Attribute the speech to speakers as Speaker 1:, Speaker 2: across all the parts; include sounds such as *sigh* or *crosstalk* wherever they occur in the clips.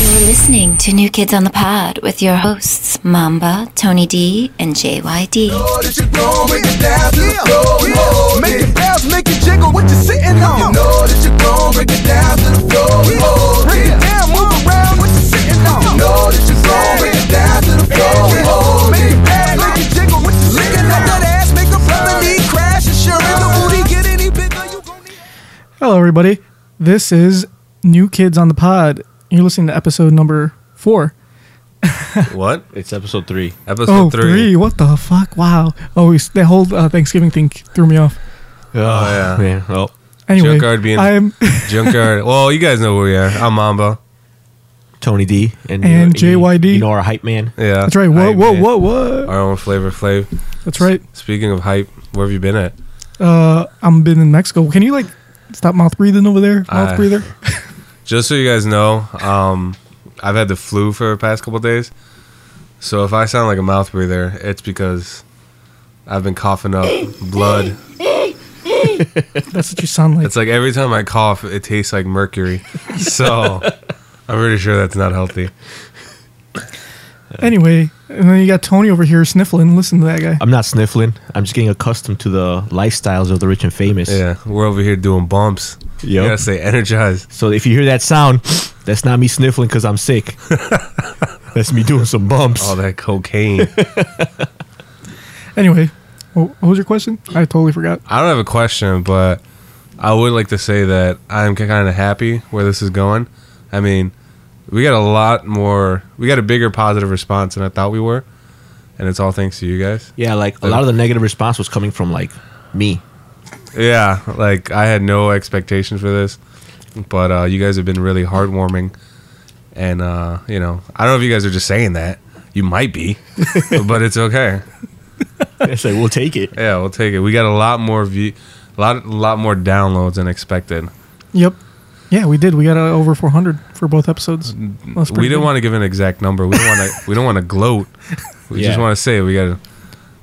Speaker 1: You're listening to New Kids on the Pod with your hosts, Mamba, Tony D, and JYD.
Speaker 2: know that you're grown when you down to the floor. You know, make it bounce, make it jiggle. What you sitting on? You know that you're grown, break it down to the floor. You know, break it down, move around. What you sitting on? You know that you're grown, break it down to the floor. You know, make it bounce, make it jiggle. What you sitting on? That ass make a property crash. And sure, if the booty get any bigger, you gon' need.
Speaker 3: Hello, everybody. This is New Kids on the Pod. You're listening to episode number four.
Speaker 4: What?
Speaker 5: It's episode three.
Speaker 4: Episode
Speaker 3: Oh,
Speaker 4: three.
Speaker 3: three. What the fuck? Wow. Oh, we, that whole uh, Thanksgiving thing threw me off.
Speaker 4: Oh, yeah.
Speaker 5: Man, well,
Speaker 3: Anyway,
Speaker 4: Junkyard being- *laughs*
Speaker 3: I'm
Speaker 4: Junkyard. Well, you guys know who we are. I'm Mamba.
Speaker 5: Tony D and,
Speaker 3: And JYD.
Speaker 5: You know our hype man.
Speaker 4: Yeah.
Speaker 3: that's right. Whoa,
Speaker 4: Hype
Speaker 3: whoa,
Speaker 4: man.
Speaker 3: whoa, whoa.
Speaker 4: Our own flavor flav.
Speaker 3: That's right.
Speaker 4: Speaking of hype, where have you been at?
Speaker 3: Uh, I'm been in Mexico. Can you like stop mouth breathing over there? Mouth
Speaker 4: I-
Speaker 3: breather. *laughs*
Speaker 4: Just so you guys know, um, I've had the flu for the past couple days. So if I sound like a mouth breather, it's because I've been coughing up blood.
Speaker 3: That's what you sound like.
Speaker 4: It's like every time I cough, it tastes like mercury. So I'm pretty sure that's not healthy.
Speaker 3: Anyway, and then you got Tony over here sniffling. Listen to that
Speaker 4: Uh,
Speaker 3: guy.
Speaker 5: I'm not sniffling. I'm just getting accustomed to the lifestyles of the rich and famous.
Speaker 4: Yeah, we're over here doing bumps. You
Speaker 5: Yup.
Speaker 4: gotta stay energized.
Speaker 5: So if you hear that sound, that's not me sniffling because
Speaker 4: *laughs*
Speaker 5: I'm sick. that's me doing some bumps.
Speaker 4: All that cocaine.
Speaker 3: Anyway, wh- what was your question? I totally forgot.
Speaker 4: I don't have a question, but I would like to say that I'm kind of happy where this is going. I mean, we got a lot more, we got a bigger positive response than I thought we were, and it's all thanks to you guys.
Speaker 5: yeah, like a lot of the negative response was coming from like
Speaker 4: *laughs*
Speaker 5: me.
Speaker 4: Yeah, like I had no expectations for this, but uh, you guys have been really heartwarming, and uh, you know, I don't know if you guys are just saying that. You might be, but it's okay.
Speaker 5: it's like we'll take it.
Speaker 4: Yeah, we'll take it. We got a lot more view, a lot, a lot more downloads than expected.
Speaker 3: Yep. Yeah, we did. We got uh, over 400 for both episodes. That's
Speaker 4: Mm, we
Speaker 3: pretty
Speaker 4: didn't
Speaker 3: good.
Speaker 4: want to give an exact number. We don't
Speaker 3: *laughs*
Speaker 4: want to. we don't want to gloat. We just
Speaker 5: Yeah.
Speaker 4: want to say we got.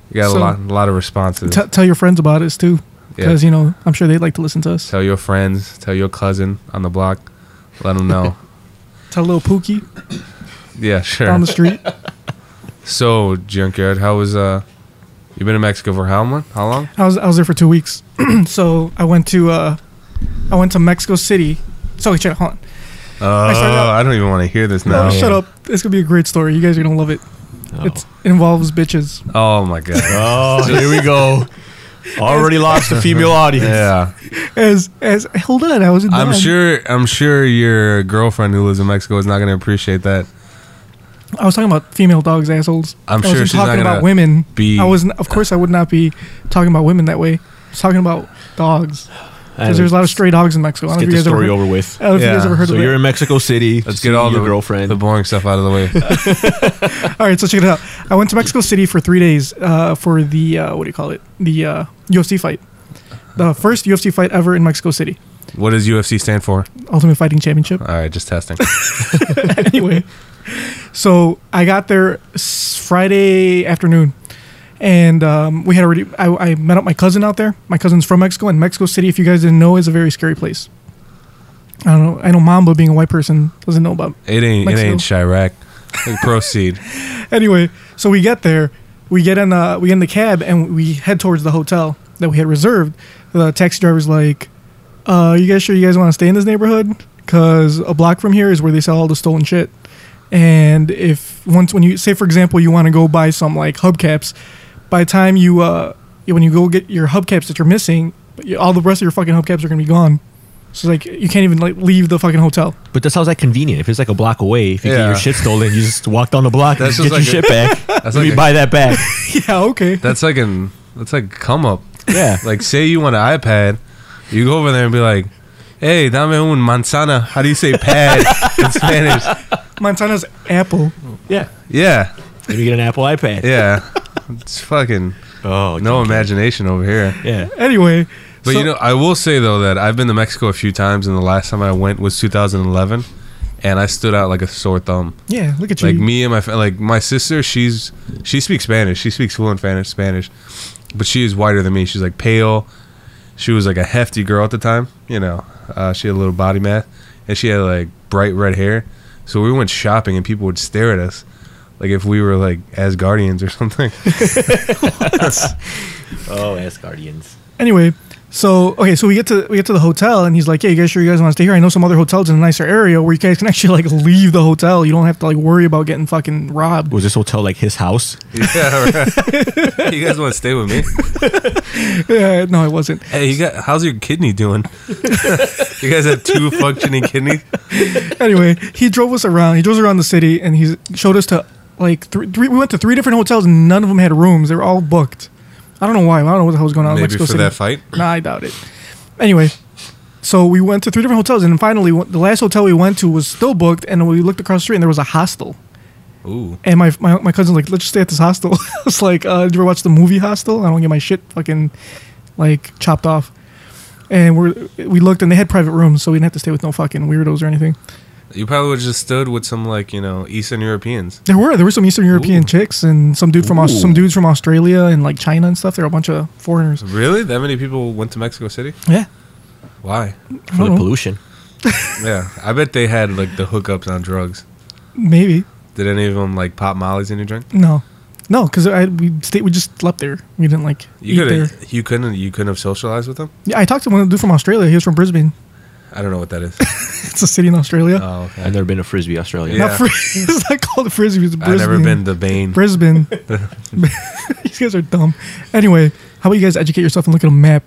Speaker 4: We got
Speaker 3: So-
Speaker 4: a lot, a lot of responses.
Speaker 3: T- tell your friends about us too,
Speaker 4: Yeah.
Speaker 3: because you know I'm sure they'd like to listen to us.
Speaker 4: tell your friends. Tell your cousin on the block. Let them
Speaker 3: *laughs*
Speaker 4: know.
Speaker 3: Tell little Pookie
Speaker 4: yeah, sure.
Speaker 3: down the
Speaker 4: *laughs*
Speaker 3: street.
Speaker 4: so, junkyard, how was uh? You been in Mexico for how long? How long?
Speaker 3: I was I was there for two weeks, *clears throat* so I went to uh, I went to Mexico City. So shut hold on.
Speaker 4: Oh,
Speaker 3: started out-
Speaker 4: I don't even want to hear this now.
Speaker 3: Shut up. It's gonna be a great story. You guys are gonna love it. It's, it involves bitches.
Speaker 4: Oh my
Speaker 3: *laughs*
Speaker 4: god.
Speaker 5: Oh, here we go. *laughs* Already lost the female audience.
Speaker 4: yeah,
Speaker 3: As as hold on, I was.
Speaker 4: I'm sure. I'm sure your girlfriend who lives in Mexico is not going to appreciate that.
Speaker 3: I was talking about female dogs, assholes.
Speaker 4: I'm
Speaker 3: I
Speaker 4: sure
Speaker 3: wasn't
Speaker 4: she's not
Speaker 3: talking about
Speaker 4: gonna
Speaker 3: women.
Speaker 4: be-
Speaker 3: I was, of course, I would not be talking about women that way. I was talking about dogs because
Speaker 5: And
Speaker 3: there's a lot of stray dogs in Mexico. I
Speaker 5: let's
Speaker 3: don't
Speaker 5: get
Speaker 3: know
Speaker 5: the
Speaker 3: if you guys ever
Speaker 5: story
Speaker 3: heard-
Speaker 5: over with.
Speaker 3: I don't know if you guys
Speaker 4: Yeah.
Speaker 3: ever heard
Speaker 5: So
Speaker 3: of
Speaker 5: you're
Speaker 3: that.
Speaker 5: in Mexico City.
Speaker 4: Let's
Speaker 5: see
Speaker 4: get all
Speaker 5: your
Speaker 4: the
Speaker 5: girlfriend.
Speaker 4: the boring stuff out of the
Speaker 5: *laughs*
Speaker 4: way.
Speaker 3: All right, so check it out. I went to Mexico City for three days uh, for the uh, what do you call it? The uh, UFC fight, the first UFC fight ever in Mexico City,
Speaker 4: what does UFC stand for?
Speaker 3: Ultimate Fighting Championship.
Speaker 4: All right, just testing.
Speaker 3: anyway, so I got there s- Friday afternoon, and um, we had already. I, I met up my cousin out there. My cousin's from Mexico, and Mexico City, if you guys didn't know, is a very scary place. I don't know. I know Mamba, being a white person, doesn't know about
Speaker 4: It ain't.
Speaker 3: Mexico.
Speaker 4: It ain't Chirac. Proceed.
Speaker 3: anyway, so we get there, we get in the we get in the cab and we head towards the hotel that we had reserved. The taxi driver's like, uh, "You guys sure you guys want to stay in this neighborhood? Because a block from here is where they sell all the stolen shit. And if once when you say for example you want to go buy some like hubcaps, by the time you uh when you go get your hubcaps that you're missing, you- all the rest of your fucking hubcaps are gonna be gone. So like you can't even like leave the fucking hotel. *laughs*
Speaker 5: But that sounds like convenient. If it's like a block away, if you
Speaker 4: Yeah.
Speaker 5: get your shit stolen, you just walk down the block and
Speaker 4: That's
Speaker 5: just get your
Speaker 4: just
Speaker 5: shit
Speaker 4: *laughs*
Speaker 5: back. Let
Speaker 4: like
Speaker 5: me
Speaker 4: a-
Speaker 5: buy that back.
Speaker 4: *laughs*
Speaker 3: yeah, okay.
Speaker 4: That's like an. That's like come up.
Speaker 5: Yeah.
Speaker 4: Like say you want an iPad, you go over there and be like, "Hey, dame un manzana." How do you say pad in Spanish?
Speaker 3: Montana's apple.
Speaker 5: yeah.
Speaker 4: Yeah,
Speaker 5: Let me get an Apple iPad.
Speaker 4: yeah. It's fucking
Speaker 5: Oh,
Speaker 4: no imagination over here.
Speaker 5: Yeah.
Speaker 3: Anyway,
Speaker 4: But
Speaker 3: so-
Speaker 4: you know, I will say though that I've been to Mexico a few times, and the last time I went was 2011, and I stood out like a sore thumb.
Speaker 3: Yeah, look at you.
Speaker 4: like me and my fa- like my sister she's she speaks spanish she speaks fluent spanish spanish but she is whiter than me she's like pale she was like a hefty girl at the time you know uh, she had a little body mass and she had like bright red hair So we went shopping and people would stare at us like if we were like as guardians or *laughs* something.
Speaker 5: Oh, as guardians.
Speaker 3: Anyway, so okay, so we get to we get to the hotel, and he's like, "Yeah, you guys sure you guys want to stay here? I know some other hotels in a nicer area where you guys can actually like leave the hotel. You don't have to like worry about getting fucking robbed." *laughs*
Speaker 5: Was this hotel like his house?
Speaker 4: yeah, right. *laughs* you guys want to stay with me?
Speaker 3: Yeah, no, it wasn't.
Speaker 4: Hey, you got how's your kidney doing? *laughs* you guys have two functioning kidneys.
Speaker 3: anyway, he drove us around. He drove us around the city, and he showed us to like three, three. We went to three different hotels, and none of them had rooms. They were all booked. I don't know why. I don't know what the hell was going on. in
Speaker 4: Maybe
Speaker 3: Mexico
Speaker 4: for
Speaker 3: City.
Speaker 4: that fight?
Speaker 3: Nah, I doubt it. Anyway, so we went to three different hotels, and finally, one- the last hotel we went to was still booked. And we looked across the street, and there was a hostel.
Speaker 4: Ooh,
Speaker 3: And my my, my cousin's like, "Let's just stay at this hostel." *laughs* I was like, uh, "Did you ever watch the movie Hostel? I don't get my shit fucking like chopped off." And we are we looked, and they had private rooms, so we didn't have to stay with no fucking weirdos or anything.
Speaker 4: you probably would have just stood with some like you know Eastern Europeans.
Speaker 3: There were there were some Eastern European
Speaker 4: Ooh.
Speaker 3: chicks and some dude from Aus-
Speaker 5: Ooh.
Speaker 3: some dudes from Australia and like China and stuff. There were a bunch of foreigners.
Speaker 4: Really, that many people went to Mexico City?
Speaker 3: Yeah,
Speaker 4: Why?
Speaker 5: For the
Speaker 3: Oh.
Speaker 5: pollution.
Speaker 4: Yeah, I bet they had like the hookups on drugs.
Speaker 3: maybe
Speaker 4: Did any of them like pop Molly's in your drink?
Speaker 3: no, no, because I we stayed we just slept there. We didn't like
Speaker 4: You
Speaker 3: eat
Speaker 4: could
Speaker 3: there.
Speaker 4: have. You couldn't. You couldn't have socialized with them.
Speaker 3: Yeah, I talked to one dude from Australia. He was from Brisbane. *laughs*
Speaker 4: I don't know what that is.
Speaker 3: It's a city in Australia.
Speaker 4: Oh, okay.
Speaker 5: I've never been to Frisbee, Australia.
Speaker 4: Yeah.
Speaker 3: Not Fri- *laughs* it's not called frisbee. It's Brisbane.
Speaker 4: I've never been to Bane.
Speaker 3: Brisbane. *laughs* These guys are dumb. Anyway, how about you guys educate yourself and look at a map?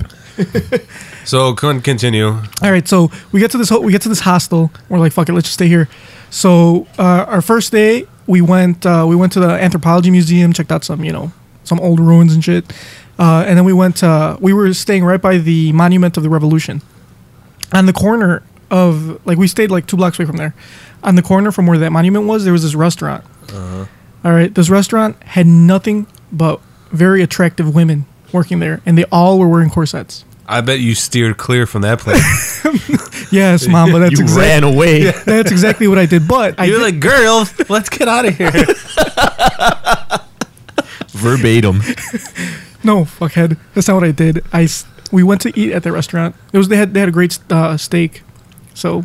Speaker 4: So couldn't continue.
Speaker 3: All right, so we get to this ho- we get to this hostel. We're like, fuck it, let's just stay here. So uh, our first day, we went uh, we went to the anthropology museum, checked out some you know some old ruins and shit, uh, and then we went uh, we were staying right by the monument of the revolution, on the corner of like we stayed like two blocks away from there, on the corner from where that monument was, there was this restaurant. All right, this restaurant had nothing but very attractive women working there, and they all were wearing corsets.
Speaker 4: I bet you steered clear from that place.
Speaker 3: *laughs* Yes, mom, but that's
Speaker 5: you
Speaker 3: exactly
Speaker 5: ran away.
Speaker 3: That's exactly what I did. But I
Speaker 4: *laughs* You're
Speaker 3: did-
Speaker 4: like, girls, let's get out of here.
Speaker 5: *laughs* Verbatim.
Speaker 3: no fuckhead. That's not what I did. I s- we went to eat at the restaurant. It was they had they had a great uh, steak, so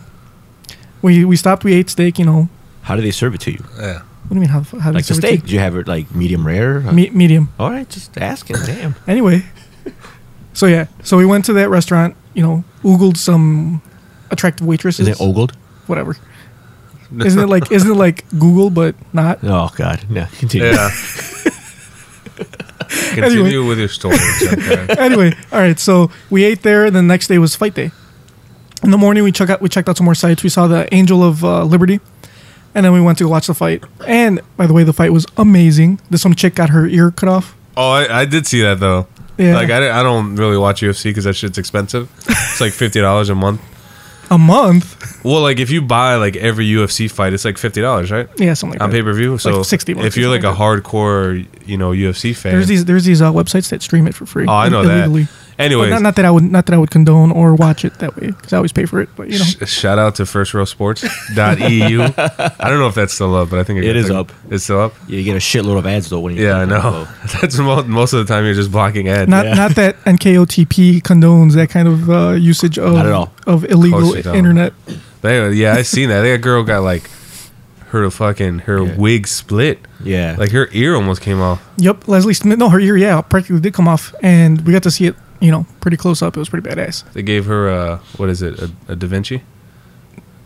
Speaker 3: we we stopped. We ate steak. You know
Speaker 5: How do they serve it to you?
Speaker 4: yeah.
Speaker 3: what do you mean? How how did
Speaker 5: Like the
Speaker 3: serve it to
Speaker 5: steak?
Speaker 3: you?
Speaker 5: Do you have it like medium rare?
Speaker 3: *laughs* Me- medium.
Speaker 5: All right, just asking. Damn.
Speaker 3: Anyway, so yeah, so we went to that restaurant. You know, oogled some attractive waitresses.
Speaker 5: Is it ogled? *laughs*
Speaker 3: Whatever. Isn't it like isn't it like Google but not?
Speaker 5: Oh God. No. Continue.
Speaker 4: Yeah. Continue with your story. Chuck.
Speaker 3: anyway, all right. So we ate there, and the next day was fight day. In the morning, we check out we checked out some more sites. We saw the Angel of uh, Liberty, and then we went to watch the fight. And by the way, the fight was amazing. This some chick got her ear cut off.
Speaker 4: Oh, I, I did see that though.
Speaker 3: Yeah.
Speaker 4: Like I, di- I don't really watch UFC because that shit's expensive. It's like fifty dollars a month.
Speaker 3: A month,
Speaker 4: Well, like if you buy like every UFC fight, it's like fifty dollars, right?
Speaker 3: yeah, something like
Speaker 4: On
Speaker 3: that.
Speaker 4: pay per view. So
Speaker 3: 60 bucks
Speaker 4: if you're
Speaker 3: or
Speaker 4: like a
Speaker 3: something
Speaker 4: hardcore, you know, UFC fan.
Speaker 3: There's these there's these uh, websites that stream it for free.
Speaker 4: oh, I know
Speaker 3: illegally.
Speaker 4: that.
Speaker 3: But
Speaker 4: Anyways,
Speaker 3: not, not that I would not that I would condone or watch it that way because I always pay for it. But you know,
Speaker 4: Sh- shout out to
Speaker 3: *laughs*
Speaker 4: firstrowsports.eu. E I don't know if that's still up, but I think
Speaker 5: It is
Speaker 4: like,
Speaker 5: up.
Speaker 4: It's still up.
Speaker 5: You get a shitload of ads though when you.
Speaker 4: Yeah, I know. *laughs* That's most, most of the time you're just blocking ads.
Speaker 3: not
Speaker 5: Yeah.
Speaker 3: not that NKOTP condones that kind of uh, usage of
Speaker 5: Not at all.
Speaker 3: of
Speaker 4: Of
Speaker 3: illegal
Speaker 4: course they don't.
Speaker 3: internet.
Speaker 4: But anyway, yeah, I seen that. I think a girl got like her fucking her
Speaker 5: Yeah.
Speaker 4: wig split.
Speaker 5: Yeah. *laughs*
Speaker 4: Like her ear almost came off.
Speaker 3: Yep, Leslie Smith. No, her ear, yeah, practically did come off, and we got to see it, you know, pretty close up. It was pretty badass.
Speaker 4: They gave her uh what is it? A, a Da Vinci?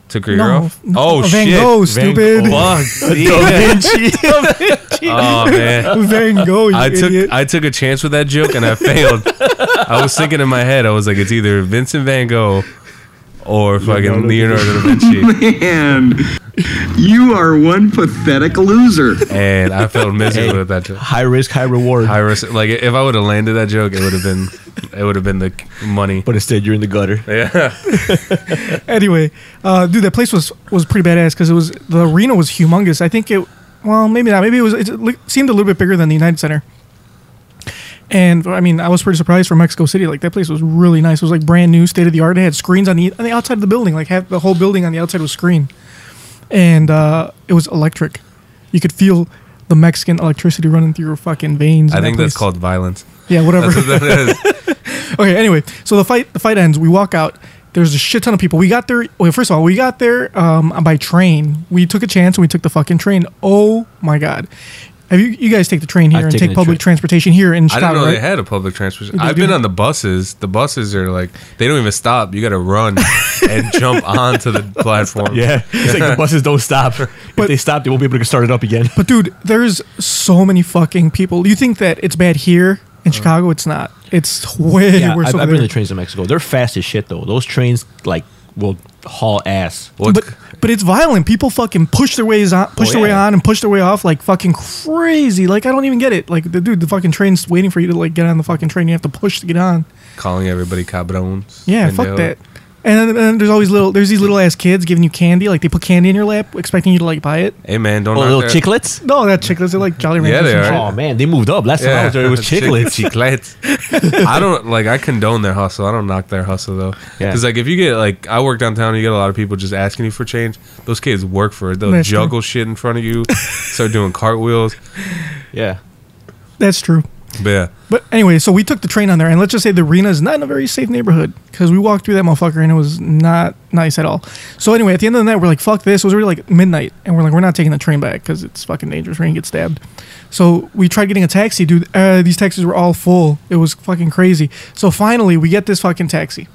Speaker 4: Took her ear
Speaker 3: No,
Speaker 4: off?
Speaker 3: no,
Speaker 4: Oh
Speaker 3: a Van
Speaker 4: shit.
Speaker 3: Gogh,
Speaker 5: Van
Speaker 3: stupid. *laughs*
Speaker 5: Gogh.
Speaker 4: Fuck. *laughs* yeah. Oh man.
Speaker 3: Van Gogh, you
Speaker 4: I took
Speaker 3: idiot.
Speaker 4: I took a chance with that joke and I failed. I was thinking in my head, I was like, it's either Vincent Van Gogh or fucking Leonardo da Vinci,
Speaker 6: Man, you are one pathetic loser.
Speaker 4: and I failed miserably with that joke.
Speaker 5: High risk, high reward.
Speaker 4: I res- like if I would have landed that joke, it would have been it would have been the money.
Speaker 5: but instead, you're in the gutter.
Speaker 4: Yeah,
Speaker 3: anyway, uh, dude, that place was was pretty badass because it was the arena was humongous. I think it, well, maybe not. Maybe it was. It li- seemed a little bit bigger than the United Center. And I mean, I was pretty surprised for Mexico City. Like that place was really nice. It was like brand new, state of the art. It had screens on the on the outside of the building. Like half, the whole building on the outside was screen, and uh, it was electric. You could feel the Mexican electricity running through your fucking veins. in
Speaker 4: I
Speaker 3: that
Speaker 4: think that's
Speaker 3: place. *laughs*
Speaker 4: called violence. *laughs*
Speaker 3: yeah, whatever.
Speaker 4: That's what that is.
Speaker 3: Okay, anyway, so the fight the fight ends. We walk out, There's a shit ton of people. We got there. Wait, first of all, we got there um, by train. We took a chance and we took the fucking train. Oh my god! Have you you guys take the train here and
Speaker 5: taken
Speaker 3: take
Speaker 5: the
Speaker 3: public
Speaker 5: train.
Speaker 3: transportation here in
Speaker 4: I
Speaker 3: Chicago?
Speaker 4: didn't know
Speaker 3: right?
Speaker 4: they had a public transportation.
Speaker 3: They
Speaker 4: I've
Speaker 3: do.
Speaker 4: been on the buses. The buses are like they don't even stop. You got to
Speaker 3: *laughs*
Speaker 4: run and jump onto the platform.
Speaker 5: Yeah, *laughs* it's
Speaker 4: *laughs*
Speaker 5: like the buses don't stop. If they stop, they won't be able to start it up again. *laughs*
Speaker 3: But dude, there's so many fucking people. You think that it's bad here
Speaker 4: Uh.
Speaker 3: in Chicago? It's not. It's way
Speaker 5: Yeah,
Speaker 3: worse.
Speaker 5: I've,
Speaker 3: over
Speaker 5: I've been
Speaker 3: there.
Speaker 5: in the trains in Mexico. They're fast as shit though. Those trains like will haul ass.
Speaker 4: Well, it's-
Speaker 3: but but it's violent. People fucking push their ways on, push
Speaker 5: Oh,
Speaker 3: their way
Speaker 5: yeah.
Speaker 3: on, and push their way off like fucking crazy. Like I don't even get it. Like the dude, the fucking train's waiting for you to like get on the fucking train. You have to push to get on.
Speaker 4: calling everybody cabrones.
Speaker 3: Yeah,
Speaker 4: And
Speaker 3: fuck
Speaker 4: they'll-
Speaker 3: that. And then, and then there's always little. There's these little ass kids giving you candy. Like they put candy in your lap, expecting you to like buy it.
Speaker 4: Hey man, don't
Speaker 5: Oh,
Speaker 4: knock
Speaker 5: little
Speaker 4: their-
Speaker 5: chiclets.
Speaker 3: No, that chicklets are like Jolly
Speaker 4: Yeah,
Speaker 3: Ranchers.
Speaker 4: they
Speaker 3: and
Speaker 4: are.
Speaker 3: shit.
Speaker 5: Oh man, they moved up. Last time I was there, it was
Speaker 4: *laughs* Chick-
Speaker 5: chiclets.
Speaker 4: chiclets. I don't like. I condone their hustle. I don't knock their hustle though.
Speaker 5: Yeah.
Speaker 4: Because like if you get like I work downtown, and you get a lot of people just asking you for change. Those kids work for it. They'll
Speaker 3: That's true.
Speaker 4: juggle shit in front of
Speaker 3: *laughs*
Speaker 4: you, start doing cartwheels.
Speaker 5: *laughs* Yeah,
Speaker 3: That's true.
Speaker 4: But yeah,
Speaker 3: But anyway, so we took the train on there, and let's just say the arena is not in a very safe neighborhood because we walked through that motherfucker and it was not nice at all. So anyway, at the end of the night, we're like, "Fuck this!" It was already like midnight, and we're like, "We're not taking the train back because it's fucking dangerous. We're gonna get stabbed." So we tried getting a taxi, dude. Uh, these taxis were all full. It was fucking crazy. So finally, we get this fucking taxi.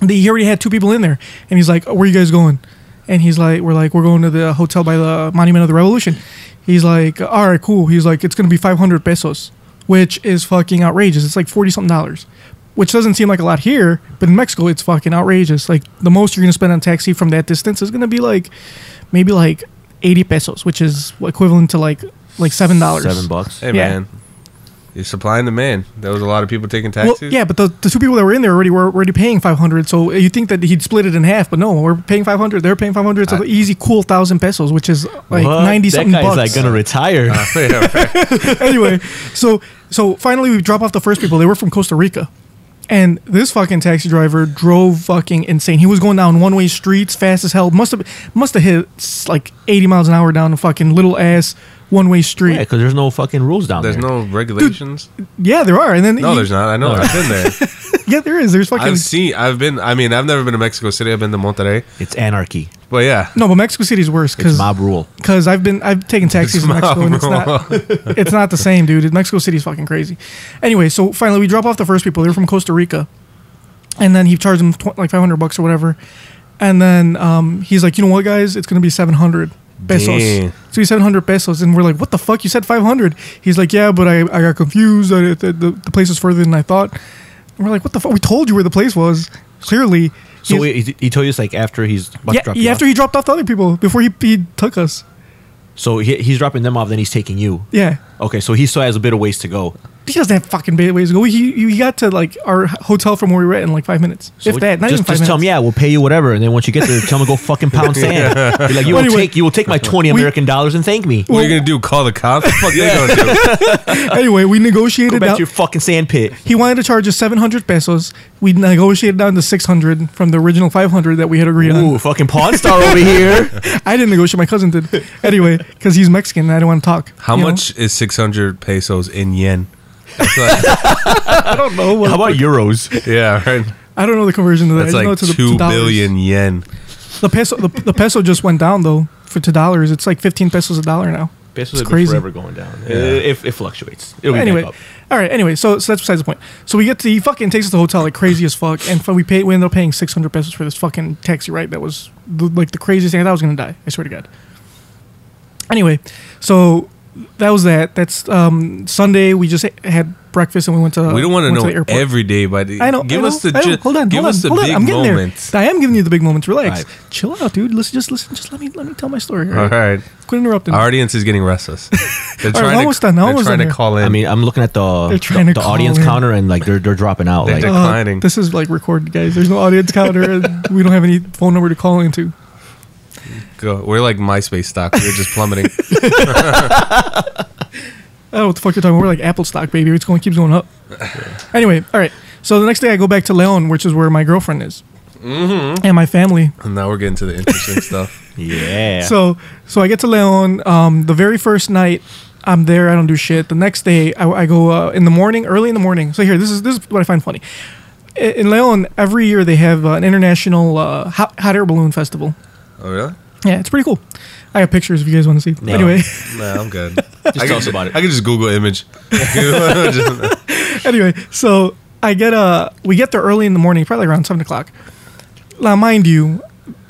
Speaker 3: The, he already had two people in there, and he's like, "Where you guys going?" And he's like, "We're like, we're going to the hotel by the Monument of the Revolution." He's like, "All right, cool." He's like, "It's gonna be 500 pesos," which is fucking outrageous. It's like 40 something dollars, which doesn't seem like a lot here, but in Mexico, it's fucking outrageous. Like the most you're gonna spend on taxi from that distance is gonna be like maybe like 80 pesos, which is equivalent to like like seven dollars.
Speaker 5: seven bucks.
Speaker 4: hey
Speaker 3: Yeah.
Speaker 4: man, you're supplying the man. There was a lot of people taking
Speaker 3: Well,
Speaker 4: taxis.
Speaker 3: yeah, but the, the two people that were in there already were already paying five hundred. So you would think that he'd split it in half, but no, we're paying five hundred. They're paying five hundred. So
Speaker 4: I-
Speaker 3: the easy, cool thousand pesos, which is like
Speaker 5: What?
Speaker 3: ninety
Speaker 5: that
Speaker 3: something
Speaker 5: guy's
Speaker 3: bucks.
Speaker 5: like gonna *laughs* retire.
Speaker 4: Yeah, right.
Speaker 3: *laughs* anyway, so so finally we drop off the first people. They were from Costa Rica. And this fucking taxi driver drove fucking insane. He was going down one way streets fast as hell. Must have must have hit s- like 80 miles an hour down a fucking little ass one way street.
Speaker 5: yeah, because there's no fucking rules down
Speaker 4: There's
Speaker 5: there.
Speaker 4: no regulations.
Speaker 3: Yeah, there are. And then
Speaker 4: no,
Speaker 3: he-
Speaker 4: there's not. I know. I've been there.
Speaker 3: *laughs* Yeah, there is. There's fucking
Speaker 4: I've seen. I've been. I mean, I've never been to Mexico City. I've been to Monterrey.
Speaker 5: It's anarchy.
Speaker 4: But yeah,
Speaker 3: No, but Mexico City's worse
Speaker 5: It's
Speaker 3: cuz
Speaker 5: mob rule.
Speaker 3: because I've been I've taken taxis in
Speaker 4: It's
Speaker 3: Mexico and it's
Speaker 4: mob
Speaker 3: not *laughs* it's not the same, dude. Mexico City's fucking crazy. Anyway, so finally we drop off the first people. They're from Costa Rica, and then he charged them tw- like five hundred bucks or whatever, and then um, he's like, you know what, guys, it's gonna be seven hundred pesos.
Speaker 4: Damn.
Speaker 3: So he said 100 pesos, and we're like, "What the fuck? You said 500." He's like, "Yeah, but I, I got confused. I, the, the, the place was further than I thought." And we're like, "What the fuck? We told you where the place was. Clearly."
Speaker 5: So
Speaker 3: He's-
Speaker 5: wait, he, he told you it's like after he's about to
Speaker 3: yeah,
Speaker 5: drop
Speaker 3: yeah,
Speaker 5: you
Speaker 3: after
Speaker 5: off?
Speaker 3: he dropped off the other people before he, he took us.
Speaker 5: so he, he's dropping them off, then he's taking you.
Speaker 3: Yeah.
Speaker 5: Okay, so he still has a bit of ways to go.
Speaker 3: He doesn't have fucking bad ways to go. He, he got to like our hotel from where we were at in like five minutes.
Speaker 5: So
Speaker 3: if that, not
Speaker 5: just,
Speaker 3: even five
Speaker 5: just
Speaker 3: minutes.
Speaker 5: tell him, yeah, we'll pay you whatever, and then once you get there, tell him to go *laughs* fucking pound sand. Be like, you will
Speaker 3: Anyway.
Speaker 5: take you will take my twenty
Speaker 3: We-
Speaker 5: American dollars and thank me.
Speaker 4: what are you gonna do? Call the cops? What
Speaker 3: *laughs*
Speaker 4: the fuck they gonna do?
Speaker 3: Anyway, we
Speaker 5: Go
Speaker 3: negotiated
Speaker 5: back
Speaker 3: out.
Speaker 5: to your fucking sand pit.
Speaker 3: he wanted to charge us seven hundred pesos. We negotiated down to six hundred from the original five hundred that we had agreed
Speaker 5: Ooh,
Speaker 3: on.
Speaker 5: fucking pawn star
Speaker 3: *laughs*
Speaker 5: over here.
Speaker 3: I didn't negotiate. My cousin did.
Speaker 5: *laughs*
Speaker 3: Anyway, because he's Mexican and I don't want to talk.
Speaker 4: How
Speaker 3: you know?
Speaker 4: much is 600 pesos in yen? That's like,
Speaker 3: I don't know. What,
Speaker 5: How about euros?
Speaker 4: yeah, right.
Speaker 3: I don't know the conversion to that.
Speaker 4: That's
Speaker 3: I just know
Speaker 4: like
Speaker 3: it's to the, to
Speaker 4: two
Speaker 3: dollars.
Speaker 4: billion yen.
Speaker 3: The peso, the, the peso just went down though for to dollars. It's like fifteen pesos a dollar now.
Speaker 5: Pesos
Speaker 3: It's crazy.
Speaker 5: going down. It, it Uh, fluctuates. It'll be
Speaker 3: anyway,
Speaker 5: back up.
Speaker 3: all right. Anyway, so so that's besides the point. So we get to he fucking takes us to the hotel like crazy as fuck, and fu- we pay we ended up paying six hundred pesos for this fucking taxi ride. That was the, like the craziest thing. I thought I was gonna die. I swear to God. Anyway, so that was that. That's um, Sunday. We just ha- had breakfast and we went to.
Speaker 4: We don't want to
Speaker 3: went to
Speaker 4: know
Speaker 3: the airport.
Speaker 4: every day, but
Speaker 3: I know.
Speaker 4: Give
Speaker 3: I
Speaker 4: us
Speaker 3: know,
Speaker 4: the
Speaker 3: I know.
Speaker 4: ju-
Speaker 3: hold on.
Speaker 4: give
Speaker 3: hold
Speaker 4: us the
Speaker 3: on, hold
Speaker 4: big
Speaker 3: on. I'm getting
Speaker 4: moments.
Speaker 3: There. I am giving you the big moments. Relax.
Speaker 5: All right.
Speaker 3: Chill out, dude. Listen, just listen. Just let me let me tell my story.
Speaker 4: All right,
Speaker 3: Quit interrupting.
Speaker 4: our audience is getting
Speaker 3: *laughs*
Speaker 4: restless. They're
Speaker 3: right,
Speaker 4: trying
Speaker 3: almost
Speaker 4: to,
Speaker 3: done,
Speaker 4: they're
Speaker 3: almost
Speaker 4: trying
Speaker 3: done
Speaker 4: to
Speaker 3: here.
Speaker 4: call in.
Speaker 5: I mean, I'm looking at the
Speaker 3: They're trying
Speaker 5: the,
Speaker 3: to
Speaker 5: the
Speaker 3: call
Speaker 5: audience
Speaker 3: in.
Speaker 5: counter, and like they're they're dropping out.
Speaker 4: They're
Speaker 5: Like,
Speaker 4: dec-
Speaker 3: Uh,
Speaker 4: Declining.
Speaker 3: this is like recorded, guys. There's no audience counter,
Speaker 4: *laughs*
Speaker 3: and we don't have any phone number to call into.
Speaker 4: Go. We're like MySpace stock. We're just
Speaker 3: *laughs*
Speaker 4: plummeting.
Speaker 3: I don't know Oh, what the fuck you're talking about. We're like Apple stock, baby. It's going keeps going up. anyway, all right. So the next day I go back to Leon, which is where my girlfriend is, and my family.
Speaker 4: and now we're getting to the interesting stuff.
Speaker 5: yeah.
Speaker 3: So so I get to Leon. Um, the very first night I'm there, I don't do shit. The next day I, I go uh, in the morning, early in the morning. So here, this is this is what I find funny. in in Leon, every year they have uh, an international uh, hot, hot air balloon festival.
Speaker 4: Oh really?
Speaker 3: Yeah, it's pretty cool. I got pictures if you guys want to see. Anyway,
Speaker 4: No, I'm good. I
Speaker 5: tell
Speaker 4: can,
Speaker 5: us about it.
Speaker 4: I can just Google
Speaker 5: *laughs*
Speaker 4: image. *laughs* Just-
Speaker 3: anyway, so I get uh we get there early in the morning, probably around seven o'clock. Now, mind you,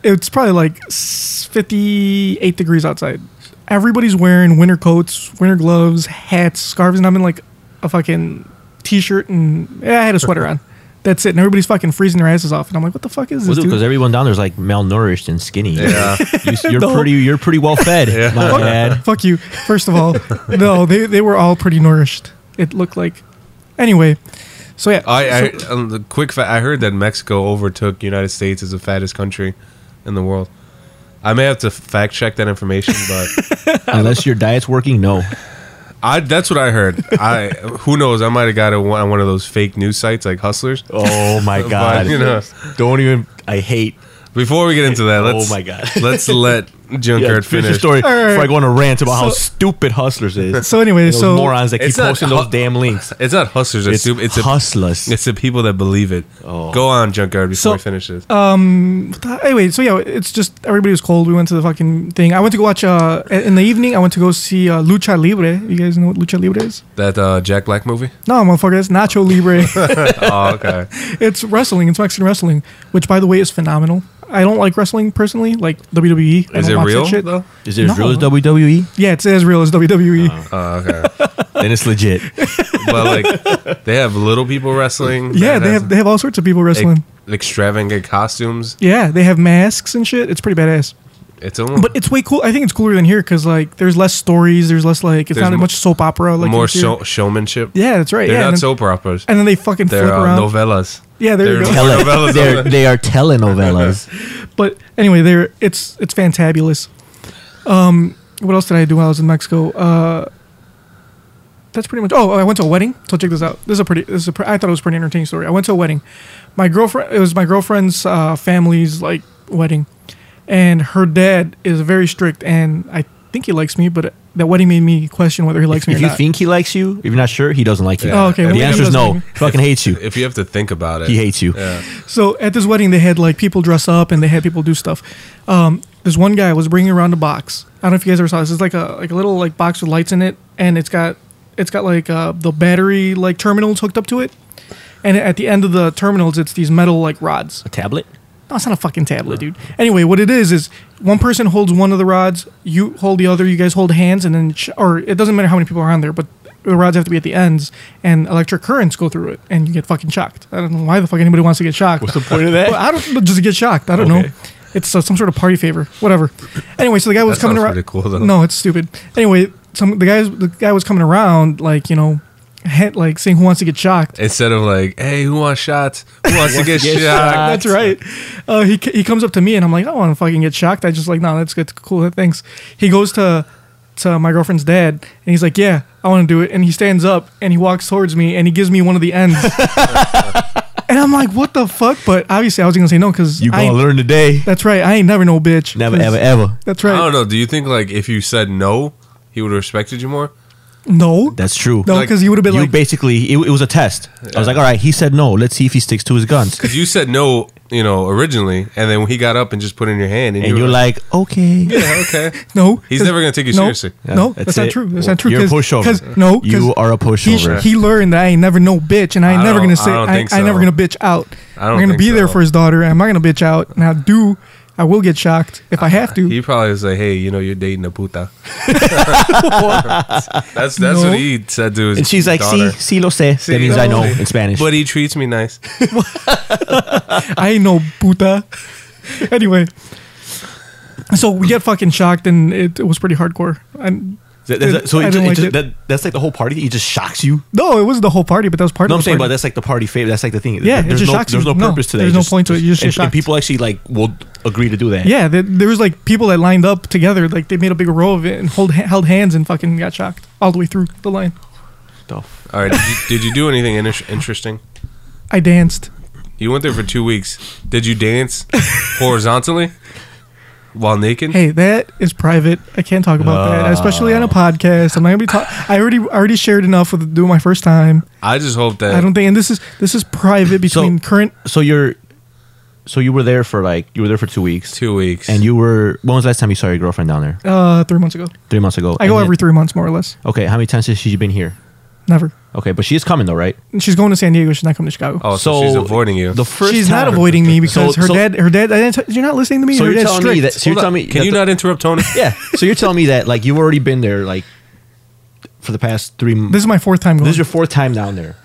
Speaker 3: it's probably like s- fifty-eight degrees outside. Everybody's wearing winter coats, winter gloves, hats, scarves, and I'm in like a fucking t-shirt and yeah, I had a
Speaker 4: *laughs*
Speaker 3: sweater on. That's it. And everybody's fucking freezing their asses off. And I'm like, what the fuck is this,
Speaker 5: Well, dude,
Speaker 3: dude?
Speaker 5: because everyone down there's like malnourished and skinny.
Speaker 4: yeah.
Speaker 5: *laughs* You, are pretty. You're pretty well fed,
Speaker 4: *laughs*
Speaker 5: my
Speaker 3: *laughs*
Speaker 5: bad.
Speaker 3: Fuck you. First of all, no, they they were all pretty nourished. It looked like. Anyway, so yeah,
Speaker 4: I, I
Speaker 3: so-
Speaker 4: um, the quick fa- I heard that Mexico overtook United States as the fattest country in the world. I may have to fact check that information, but
Speaker 5: Unless your diet's working, no.
Speaker 4: I that's what I heard.
Speaker 3: *laughs*
Speaker 4: I who knows? I might have got it on one of those fake news sites like Hustlers.
Speaker 5: Oh
Speaker 4: *laughs*
Speaker 5: my
Speaker 4: But,
Speaker 5: god!
Speaker 4: you know.
Speaker 5: Don't even. I hate.
Speaker 4: Before we get into that,
Speaker 5: Oh
Speaker 4: let's
Speaker 5: my God.
Speaker 4: *laughs* let's let
Speaker 5: Yeah,
Speaker 4: Junkard
Speaker 5: finish
Speaker 4: finish.
Speaker 5: your story
Speaker 3: All right.
Speaker 5: before I go on a rant about how
Speaker 3: So-
Speaker 5: stupid Hustlers is.
Speaker 3: So anyway,
Speaker 5: those
Speaker 3: so-
Speaker 5: morons that keep
Speaker 4: It's not
Speaker 5: posting
Speaker 4: hu-
Speaker 5: those damn links.
Speaker 4: It's not Hustlers. It's,
Speaker 5: It's,
Speaker 4: stupid. it's a-
Speaker 5: Hustlers.
Speaker 4: It's the people that believe it.
Speaker 5: Oh.
Speaker 4: Go on, Junkard, before
Speaker 3: So- uh,
Speaker 4: we finish this.
Speaker 3: anyway, so yeah, it's just everybody was cold. We went to the fucking thing. I went to go watch uh in the evening. I went to go see uh, Lucha Libre. You guys know what Lucha Libre is?
Speaker 4: that uh, Jack Black
Speaker 3: *laughs*
Speaker 4: movie?
Speaker 3: No, motherfucker, that's Nacho Libre. *laughs*
Speaker 4: Oh, okay.
Speaker 3: it's wrestling. It's Mexican wrestling, which by the way is phenomenal. I don't like wrestling personally, like WWE. I
Speaker 4: Is
Speaker 3: don't
Speaker 4: it
Speaker 3: watch
Speaker 4: real,
Speaker 3: That shit.
Speaker 4: though?
Speaker 5: is it as
Speaker 3: No.
Speaker 5: real as E? WWE?
Speaker 3: Yeah, it's E. as real as WWE.
Speaker 4: Oh, okay.
Speaker 5: then
Speaker 4: *laughs*
Speaker 5: it's legit.
Speaker 4: but
Speaker 3: *laughs*
Speaker 4: like they have little people wrestling.
Speaker 3: yeah,
Speaker 4: that
Speaker 3: they
Speaker 4: has
Speaker 3: have they have all sorts of people wrestling.
Speaker 4: ex- extravagant costumes.
Speaker 3: yeah, they have masks and shit. It's pretty badass.
Speaker 4: It's almost
Speaker 3: But it's way cool. I think it's cooler than here because like there's less stories. There's less like it's
Speaker 4: There's
Speaker 3: not as
Speaker 4: mo-
Speaker 3: much soap opera. Like
Speaker 4: more
Speaker 3: in here.
Speaker 4: show- showmanship.
Speaker 3: Yeah, that's right.
Speaker 4: they're
Speaker 3: yeah,
Speaker 4: not
Speaker 3: and then,
Speaker 4: soap operas.
Speaker 3: and then they fucking
Speaker 4: They're
Speaker 3: flip
Speaker 4: uh,
Speaker 3: around.
Speaker 4: novellas.
Speaker 3: Yeah, there
Speaker 4: They're
Speaker 3: you go.
Speaker 4: more
Speaker 5: Tele-
Speaker 4: novellas
Speaker 5: they're,
Speaker 4: than-
Speaker 5: they are *laughs* telenovelas.
Speaker 3: But anyway, there it's it's fantabulous. Um, what else did I do while I was in Mexico? Uh, that's pretty much. Oh, I went to a wedding. So check this out. This is a pretty. This is a. Pre- I thought it was a pretty entertaining story. I went to a wedding. My girlfriend. It was my girlfriend's uh, family's like wedding, and her dad is very strict, and I think he likes me, but that wedding made me question whether he likes me
Speaker 5: if
Speaker 3: or
Speaker 5: you
Speaker 3: not.
Speaker 5: think he likes you, if you're not sure, he doesn't like you.
Speaker 3: Oh, okay, well,
Speaker 5: The
Speaker 3: maybe
Speaker 5: answer
Speaker 3: he
Speaker 5: is
Speaker 3: doesn't
Speaker 5: no.
Speaker 3: like
Speaker 5: Fucking hates you.
Speaker 4: If you have to think about it,
Speaker 5: He hates you.
Speaker 4: Yeah.
Speaker 3: So at this wedding, they had like people dress up and they had people do stuff. Um, this one guy was bringing around a box. I don't know if you guys ever saw this. It's like a like a little like box with lights in it, and it's got it's got like uh, the battery like terminals hooked up to it. And at the end of the terminals, it's these metal like rods.
Speaker 5: A tablet.
Speaker 3: No, it's not a fucking tablet, dude. Anyway, what it is is one person holds one of the rods, you hold the other, you guys hold hands, and then sh- or it doesn't matter how many people are on there, but the rods have to be at the ends, and electric currents go through it, and you get fucking shocked. I don't know why the fuck anybody wants to get shocked. What's the point of that? I don't but just get shocked. I don't know.
Speaker 5: Okay.
Speaker 3: It's uh, some sort of party favor, whatever. Anyway, so the guy was
Speaker 4: That
Speaker 3: coming
Speaker 4: sounds
Speaker 3: around.
Speaker 4: pretty cool, though.
Speaker 3: No, it's stupid. Anyway, some the guys the guy was coming around like you know, head, like saying who wants to get shocked.
Speaker 4: Instead of like, hey, who wants shots? Who wants to get, shot?
Speaker 3: *laughs* That's right. Uh, he he comes up to me and I'm like, I don't want to fucking get shocked. I just like, no, that's good, cool, thanks. He goes to to my girlfriend's dad and he's like, yeah, I want to do it. And he stands up and he walks towards me and he gives me one of the
Speaker 5: *laughs*
Speaker 3: ends. and I'm like, what the fuck? But obviously, I was gonna say no because
Speaker 5: You gonna learn today? *laughs*
Speaker 3: That's right. I ain't never no bitch.
Speaker 5: Never,
Speaker 3: 'Cause-
Speaker 5: ever, ever.
Speaker 3: That's
Speaker 4: I don't
Speaker 3: right.
Speaker 4: know. Do you think like if you said no, he would have respected you more?
Speaker 3: No,
Speaker 5: That's true.
Speaker 3: no,
Speaker 4: like,
Speaker 3: because he would have been
Speaker 5: you
Speaker 3: like,
Speaker 5: basically, it, it was a test. I was like, all right, he said no. Let's see if he sticks to his
Speaker 3: *laughs*
Speaker 5: guns.
Speaker 4: Because you said no, you know, originally, and then when he got up and just put it in your hand, and,
Speaker 5: And you're like, okay.
Speaker 4: *laughs*
Speaker 3: *laughs*
Speaker 4: yeah, okay.
Speaker 3: no.
Speaker 4: He's
Speaker 3: 'cause-
Speaker 4: never gonna take you
Speaker 3: no,
Speaker 4: seriously.
Speaker 5: Yeah,
Speaker 3: no, that's,
Speaker 5: that's
Speaker 3: not
Speaker 5: it.
Speaker 3: true. That's not true.
Speaker 5: You're a
Speaker 3: 'cause-
Speaker 5: pushover.
Speaker 3: 'cause- no, 'cause-
Speaker 5: You are
Speaker 3: he,
Speaker 5: a pushover.
Speaker 3: he learned that I ain't never no bitch, and I ain't
Speaker 4: I
Speaker 3: never
Speaker 4: don't-
Speaker 3: gonna
Speaker 4: I
Speaker 3: say
Speaker 4: don't
Speaker 3: I,
Speaker 4: think
Speaker 3: I ain't never
Speaker 4: so.
Speaker 3: gonna bitch out.
Speaker 4: I don't
Speaker 3: am gonna
Speaker 4: think
Speaker 3: be there
Speaker 4: so.
Speaker 3: for his daughter. I'm not gonna bitch out, and I do. I will get shocked if I have
Speaker 4: *laughs*
Speaker 3: to.
Speaker 4: He probably was like, "Hey, you know, you're dating a
Speaker 5: *laughs*
Speaker 4: puta." that's that's what he said to his
Speaker 5: And she's like,
Speaker 4: daughter.
Speaker 5: see, si, lo sé.
Speaker 4: See,
Speaker 5: that means I know
Speaker 4: see.
Speaker 5: in Spanish.
Speaker 4: But he treats me nice.
Speaker 3: I ain't no puta. *laughs* anyway, so we get fucking shocked, and it, it was pretty hardcore. And
Speaker 5: That- that's- so
Speaker 3: I
Speaker 5: it,
Speaker 3: didn't
Speaker 5: it
Speaker 3: like
Speaker 5: just-
Speaker 3: it.
Speaker 5: that- that's like the whole party. He just shocks you.
Speaker 3: no, it was the whole party, but that was part
Speaker 5: No,
Speaker 3: of
Speaker 5: I'm
Speaker 3: the
Speaker 5: saying, but
Speaker 3: party.
Speaker 5: that's like the party favorite. That's like the thing.
Speaker 3: Yeah, it
Speaker 5: there's
Speaker 3: just
Speaker 5: no,
Speaker 3: shocks
Speaker 5: there's
Speaker 3: you.
Speaker 5: no
Speaker 3: No,
Speaker 5: purpose to that.
Speaker 3: there's
Speaker 5: You
Speaker 3: no point to it. You just get
Speaker 5: and, and
Speaker 3: shocked.
Speaker 5: people actually like will agree to do that.
Speaker 3: yeah, there, there was like people that lined up together, like they made a big row of it and hold, held hands and fucking got shocked all the way through the line.
Speaker 5: So,
Speaker 4: All right, did you, did you do anything inter- interesting?
Speaker 3: I danced.
Speaker 4: You went there for two weeks. Did you dance horizontally? while naked.
Speaker 3: Hey, that is private. I can't talk about
Speaker 5: Ah.
Speaker 3: that, especially on a podcast. I'm not gonna be talking. I already I already shared enough with doing my first time.
Speaker 4: I just hope that
Speaker 3: I don't think, and this is this is private between current.
Speaker 5: So you're, so you were there for like you were there for two weeks,
Speaker 4: two weeks.
Speaker 5: and you were. When was the last time you saw your girlfriend down there?
Speaker 3: Uh, three months ago,
Speaker 5: Three months ago.
Speaker 3: I go
Speaker 5: And
Speaker 3: every
Speaker 5: then-
Speaker 3: three months more or less.
Speaker 5: Okay, how many times has she been here?
Speaker 3: Never.
Speaker 5: Okay, but she is coming though, right?
Speaker 3: And she's going to San Diego. She's not coming to Chicago.
Speaker 4: oh, so, she's avoiding you.
Speaker 5: The first
Speaker 3: she's not
Speaker 5: time-
Speaker 3: avoiding me because
Speaker 5: So-
Speaker 3: her
Speaker 5: so-
Speaker 3: dad. Her dad. I didn't t- you're not listening to me.
Speaker 5: So
Speaker 3: her
Speaker 5: you're
Speaker 3: dad's
Speaker 5: telling me
Speaker 3: strict.
Speaker 5: that? So you're
Speaker 4: Hold
Speaker 5: telling
Speaker 4: on.
Speaker 5: me
Speaker 4: Can
Speaker 5: that
Speaker 4: you
Speaker 5: the-
Speaker 4: not interrupt Tony?
Speaker 5: *laughs* Yeah. So you're telling me that like you've already been there like for the past three. m-
Speaker 3: This is my fourth time going.
Speaker 5: This is your fourth time down there,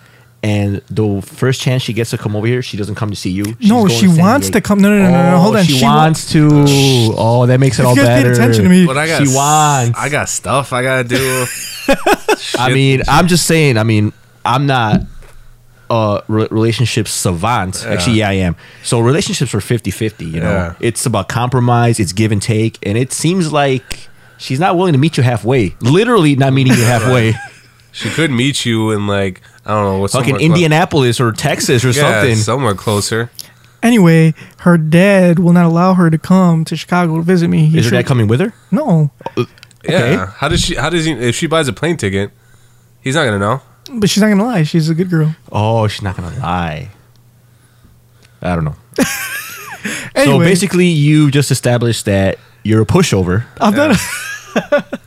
Speaker 5: and the first chance she gets to come over here, she doesn't come to see you. She's
Speaker 3: No,
Speaker 5: going
Speaker 3: she
Speaker 5: to San
Speaker 3: wants
Speaker 5: Diego.
Speaker 3: to come- no, no, no, no, no,
Speaker 5: Oh,
Speaker 3: hold on.
Speaker 5: She,
Speaker 3: She wa-
Speaker 5: wants to. Oh, that makes it
Speaker 3: If
Speaker 5: all
Speaker 3: you guys paid
Speaker 5: better.
Speaker 3: attention to me-
Speaker 4: But I got
Speaker 5: She
Speaker 4: s-
Speaker 5: wants.
Speaker 4: I got stuff I gotta do.
Speaker 5: I
Speaker 4: Shit.
Speaker 5: mean, I'm just saying. I mean, I'm not a re- relationship savant. Actually, yeah, I am. So relationships are 50-50, you know.
Speaker 4: Yeah.
Speaker 5: It's about compromise, it's give and take, and it seems like she's not willing to meet you halfway. Literally not meeting
Speaker 4: *laughs*
Speaker 5: you halfway.
Speaker 4: she could meet you in like I don't know what's
Speaker 5: *laughs* Fucking Indianapolis or Texas or
Speaker 4: Yeah,
Speaker 5: something.
Speaker 4: somewhere closer.
Speaker 3: Anyway, her dad will not allow her to come to Chicago to visit me. He
Speaker 5: Is her dad
Speaker 3: should-
Speaker 5: coming with her?
Speaker 3: No,
Speaker 4: Yeah. How does she? How does he? If she buys a plane ticket, he's not gonna know.
Speaker 3: but she's not gonna lie. She's a good girl.
Speaker 5: Oh, she's not gonna lie. I don't know. So
Speaker 3: Anyway.
Speaker 5: basically, you just established that you're a pushover,
Speaker 3: I'm not.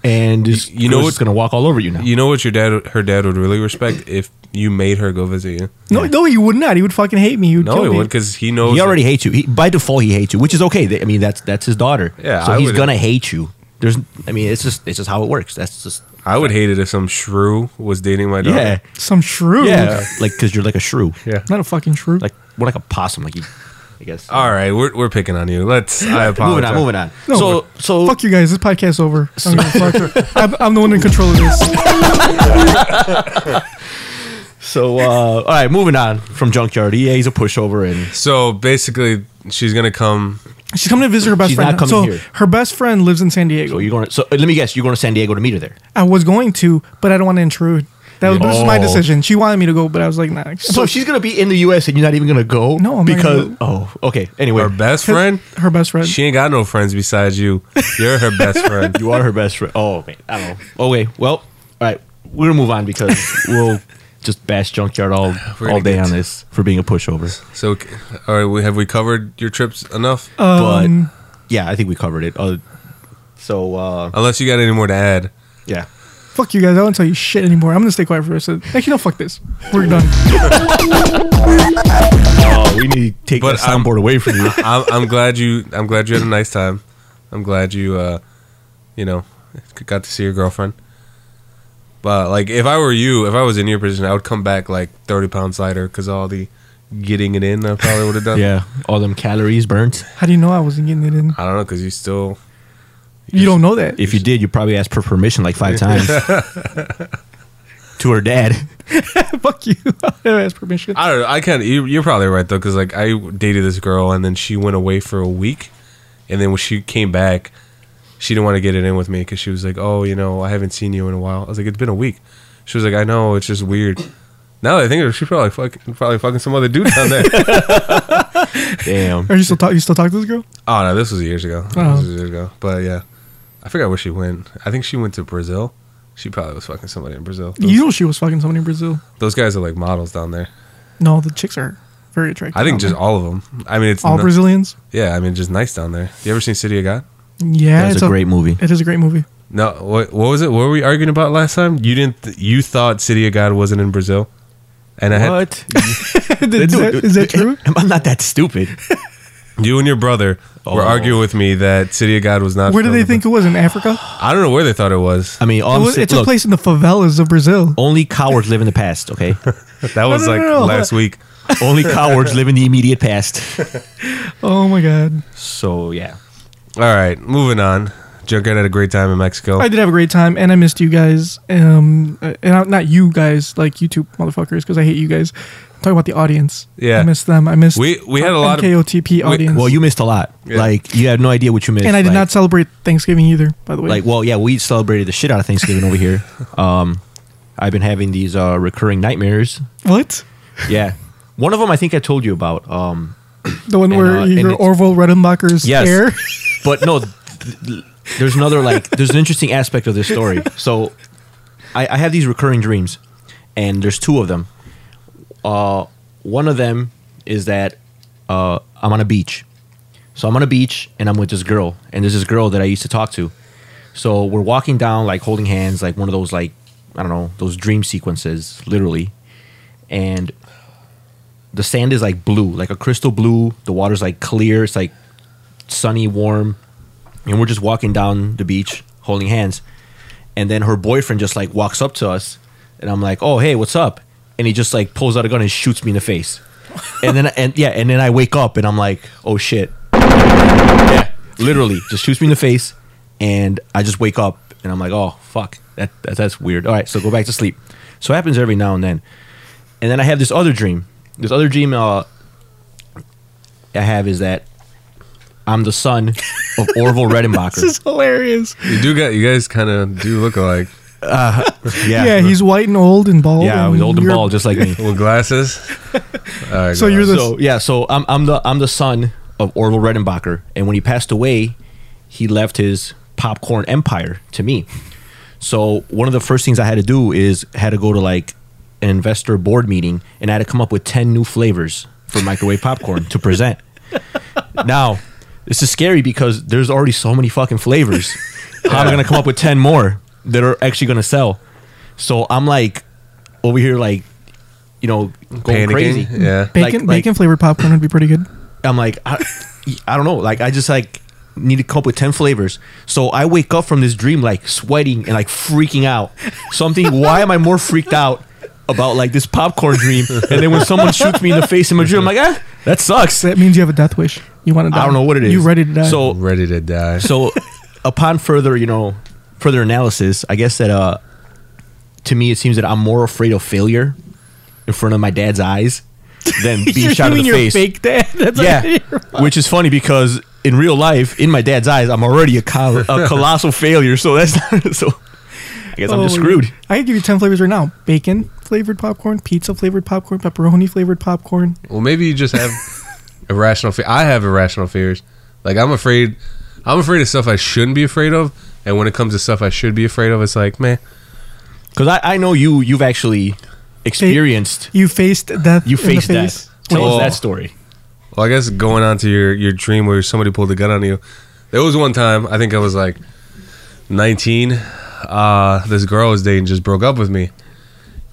Speaker 5: and just,
Speaker 4: you know
Speaker 5: what's
Speaker 4: what-
Speaker 5: gonna walk all over you now.
Speaker 4: You know what your dad, her dad would really respect if you made her go visit you.
Speaker 3: No, no, he would not. He would fucking hate me. He would
Speaker 4: No,
Speaker 3: kill
Speaker 4: he
Speaker 3: me.
Speaker 4: would because he knows.
Speaker 5: He already hates you. He, by default, he hates you, which is okay. Th- I mean, that's that's his daughter.
Speaker 4: Yeah,
Speaker 5: so
Speaker 4: I
Speaker 5: he's
Speaker 4: would-
Speaker 5: gonna hate you. There's, I mean, it's just it's just how it works. That's just
Speaker 4: I would hate it if some shrew was dating my daughter.
Speaker 5: yeah,
Speaker 3: Some shrew.
Speaker 5: yeah. like because you're like a shrew,
Speaker 4: Yeah.
Speaker 3: Not a fucking shrew.
Speaker 5: like we're like a possum. Like you, I guess.
Speaker 4: All right, we're, we're picking on you. Let's. I apologize.
Speaker 5: *laughs* moving on, moving on.
Speaker 3: No,
Speaker 5: so so
Speaker 3: fuck you guys. This podcast's over. I'm, gonna
Speaker 5: *laughs*
Speaker 3: fuck. I'm, I'm the one in control of this.
Speaker 5: so uh, all right, moving on from junkyard. Yeah, he's a pushover, and
Speaker 4: So basically, she's gonna come.
Speaker 3: She's coming to visit her best
Speaker 5: She's
Speaker 3: friend.
Speaker 5: not coming
Speaker 3: so
Speaker 5: here.
Speaker 3: her best friend lives in San Diego.
Speaker 5: so you're going. So uh, let me guess, you're going to San Diego to meet her there.
Speaker 3: I was going to, but I don't want to intrude. That was, this was my
Speaker 5: Oh.
Speaker 3: decision. She wanted me to go, but I was like, nah.
Speaker 5: So she's gonna be in the U.S. and you're not even gonna go.
Speaker 3: No, I'm not
Speaker 5: because
Speaker 3: gonna
Speaker 5: oh, okay. Anyway,
Speaker 4: Her
Speaker 5: *laughs*
Speaker 4: best friend.
Speaker 3: her best friend.
Speaker 4: She ain't got no friends besides you. You're her best
Speaker 5: *laughs*
Speaker 4: friend.
Speaker 5: You are her best friend. Oh man, I don't know. Oh wait, well, all right, we're gonna move on because we'll just bash junkyard all
Speaker 4: We're
Speaker 5: all
Speaker 4: gonna
Speaker 5: day
Speaker 4: get
Speaker 5: on
Speaker 4: to-
Speaker 5: this for being a pushover.
Speaker 4: So, all right, we, have we covered your trips enough?
Speaker 5: Uh,
Speaker 3: Um,
Speaker 5: but yeah, I think we covered it. Uh, so uh,
Speaker 4: Unless you got any more to add.
Speaker 5: yeah,
Speaker 3: fuck you guys. I don't tell you shit anymore. I'm gonna stay quiet for the rest of. Actually, no. Fuck this. We're done.
Speaker 5: oh, we need to take
Speaker 4: Uh, But
Speaker 5: that soundboard away
Speaker 4: *laughs*
Speaker 5: from you.
Speaker 4: I'm, I'm glad you. I'm glad you had a nice time. I'm glad you. Uh, you know, got to see your girlfriend. But like, if I were you, if I was in your position, I would come back like 30 pounds lighter because all the getting it in I probably would have done.
Speaker 5: *laughs* yeah, all them calories burnt.
Speaker 3: How do you know I wasn't getting it in?
Speaker 4: I don't know because you still.
Speaker 3: You don't know that.
Speaker 5: If you did, you probably asked for permission like five
Speaker 4: *laughs*
Speaker 5: times to her dad.
Speaker 3: *laughs* fuck you. *laughs* I never asked permission.
Speaker 4: I don't know. I can't. You, you're probably right though, because like I dated this girl, and then she went away for a week, and then when she came back, she didn't want to get it in with me because she was like, "Oh, you know, I haven't seen you in a while." I was like, "It's been a week." She was like, "I know. It's just weird." Now that I think of it, she probably fucking probably fucking some other dude down
Speaker 3: *laughs*
Speaker 4: there. oh
Speaker 5: Damn.
Speaker 3: Are you still talk? You still talk to this girl?
Speaker 4: Oh, no, this was years ago. This
Speaker 3: Oh.
Speaker 4: was years ago. But yeah, I forgot where she went. I think she went to Brazil. She probably was fucking somebody in Brazil. Those,
Speaker 3: You know she was fucking somebody in Brazil.
Speaker 4: those guys are like models down there.
Speaker 3: No, the chicks are very attractive.
Speaker 4: I think
Speaker 3: out
Speaker 4: just
Speaker 3: there.
Speaker 4: all of them. I mean, it's
Speaker 3: Oh, all
Speaker 4: no-
Speaker 3: Brazilians.
Speaker 4: Yeah, I mean, just nice down there. You ever seen City of God?
Speaker 3: Yeah,
Speaker 5: That's
Speaker 3: it's
Speaker 5: a great movie.
Speaker 3: It is a great movie.
Speaker 4: No, what what was it? What were we arguing about last time? You didn't. Th- you thought City of God wasn't in Brazil, and I had
Speaker 5: What?
Speaker 3: *laughs* is, that, is
Speaker 5: *laughs*
Speaker 3: that true?
Speaker 5: I'm not that stupid.
Speaker 4: you and your brother were
Speaker 5: Oh.
Speaker 4: arguing with me that City of God was not.
Speaker 3: Where do
Speaker 4: filmed
Speaker 3: they
Speaker 4: in
Speaker 3: think it
Speaker 4: Brazil.
Speaker 3: was in Africa?
Speaker 4: I don't know where they thought it
Speaker 3: *laughs*
Speaker 4: was.
Speaker 5: I mean, all
Speaker 3: It
Speaker 5: I'm
Speaker 3: was,
Speaker 5: saying-
Speaker 3: it's a
Speaker 5: look,
Speaker 3: place in the favelas of Brazil.
Speaker 5: only cowards live in the past. Okay.
Speaker 4: That was
Speaker 3: no,
Speaker 4: like
Speaker 3: no, no, hold
Speaker 4: last week.
Speaker 5: Only cowards live in the immediate past.
Speaker 3: Oh my god!
Speaker 5: So yeah.
Speaker 4: All right, moving on. Junkyard had a great time in Mexico.
Speaker 3: I did have a great time, and I missed you guys. Um, uh, and I, not you guys, like YouTube motherfuckers, because I hate you guys. I'm talking about the audience.
Speaker 4: Yeah.
Speaker 3: I missed them. I missed.
Speaker 4: We- we had a lot of-
Speaker 3: KOTP
Speaker 4: we-
Speaker 3: audience.
Speaker 5: Well, you missed a lot.
Speaker 4: Yeah.
Speaker 5: Like you had no idea what you missed.
Speaker 3: and I did
Speaker 5: like,
Speaker 3: not celebrate Thanksgiving either. By the way,
Speaker 5: Like well, yeah, we celebrated the shit out of Thanksgiving over *laughs* here. Um, I've been having these uh, recurring nightmares.
Speaker 3: what?
Speaker 5: Yeah. One of them I think I told you about. Um,
Speaker 3: The one
Speaker 5: And,
Speaker 3: where
Speaker 5: uh,
Speaker 3: you
Speaker 5: and
Speaker 3: hear
Speaker 5: it's-
Speaker 3: Orville Redenbacher's
Speaker 5: Yes.
Speaker 3: hair. *laughs*
Speaker 5: But no, th- th- there's another like there's an interesting aspect of this story. So I, I have these recurring dreams, and there's two of them. Uh, one of them is that uh, I'm on a beach. So I'm on a beach and I'm with this girl, and there's this girl that I used to talk to. So we're walking down, like holding hands, like one of those, like I don't know, those dream sequences, literally. And the sand is like blue, like a crystal blue. The water's like clear. It's like sunny, warm, and we're just walking down the beach, holding hands. And then her boyfriend just like walks up to us, and I'm like, "Oh, hey, what's up?" And he just like pulls out a gun and shoots me in the face. And then and yeah, and then I wake up and I'm like, "Oh shit." Yeah, literally, just shoots me in the face, and I just wake up and I'm like, "Oh fuck, that, that that's weird." All right, so go back to sleep. So it happens every now and then, and then I have this other dream. This other dream uh, I have is that I'm the son of
Speaker 3: *laughs*
Speaker 5: Orville
Speaker 3: This
Speaker 5: Redenbacher.
Speaker 3: is hilarious.
Speaker 4: You do got you guys kind of do look alike
Speaker 3: Yeah, he's white and old and bald.
Speaker 5: yeah, he's old and
Speaker 3: you're-
Speaker 5: bald, just like me.
Speaker 4: with
Speaker 3: *laughs*
Speaker 4: glasses. All right, go
Speaker 3: So you're
Speaker 4: on.
Speaker 3: the-
Speaker 5: So yeah, so I'm I'm the I'm the son of Orville Redenbacher, and when he passed away, he left his popcorn empire to me. So one of the first things I had to do is had to go to like an investor board meeting, and I had to come up with ten new flavors for microwave popcorn
Speaker 3: *laughs*
Speaker 5: to present. Now, this is scary because there's already so many fucking flavors. How am I gonna come up with ten more that are actually gonna sell? So I'm like over here, like you know, going
Speaker 4: Panicking,
Speaker 5: crazy.
Speaker 4: yeah.
Speaker 5: Like-
Speaker 3: Bacon,
Speaker 5: like-
Speaker 3: bacon flavored popcorn would be pretty good.
Speaker 5: I'm like, I, I don't know. Like, I just like need to come up with 10 flavors. So I wake up from this dream, like sweating and like freaking out. So I'm thinking, why am I more freaked out about like this popcorn dream? And then when someone shoots me in the face in my dream, I'm like, ah, that sucks.
Speaker 3: That means you have a death wish. You want to die.
Speaker 5: I don't know what it is.
Speaker 3: You ready to die? *laughs*
Speaker 5: So
Speaker 4: ready to die.
Speaker 5: so upon further you know further analysis i guess that uh to me it seems that i'm more afraid of failure in front of my dad's eyes than
Speaker 3: *laughs*
Speaker 5: being
Speaker 3: You're
Speaker 5: shot in
Speaker 3: doing
Speaker 5: the
Speaker 3: your
Speaker 5: face
Speaker 3: fake dad. *laughs* That's
Speaker 5: yeah which is funny because in real life in my dad's eyes i'm already a,
Speaker 4: *laughs*
Speaker 5: col- a colossal failure so that's not *laughs* so i guess i'm just
Speaker 3: Oh,
Speaker 5: screwed
Speaker 3: I can give you ten flavors right now: bacon flavored popcorn, pizza flavored popcorn, pepperoni flavored popcorn.
Speaker 4: Well, maybe you just have irrational. Fe- I have irrational fears. Like I'm afraid. I'm afraid of stuff I shouldn't be afraid of, and when it comes to stuff I should be afraid of, it's like, man,
Speaker 5: because I, I know you you've actually experienced
Speaker 3: You faced death.
Speaker 5: you
Speaker 3: in the
Speaker 5: faced
Speaker 3: face.
Speaker 5: that tell
Speaker 4: Oh.
Speaker 5: us that story
Speaker 4: Well, I guess going on to your, your dream where somebody pulled a gun on you. There was one time, I think I was like 19. Uh, this girl I was dating just broke up with me.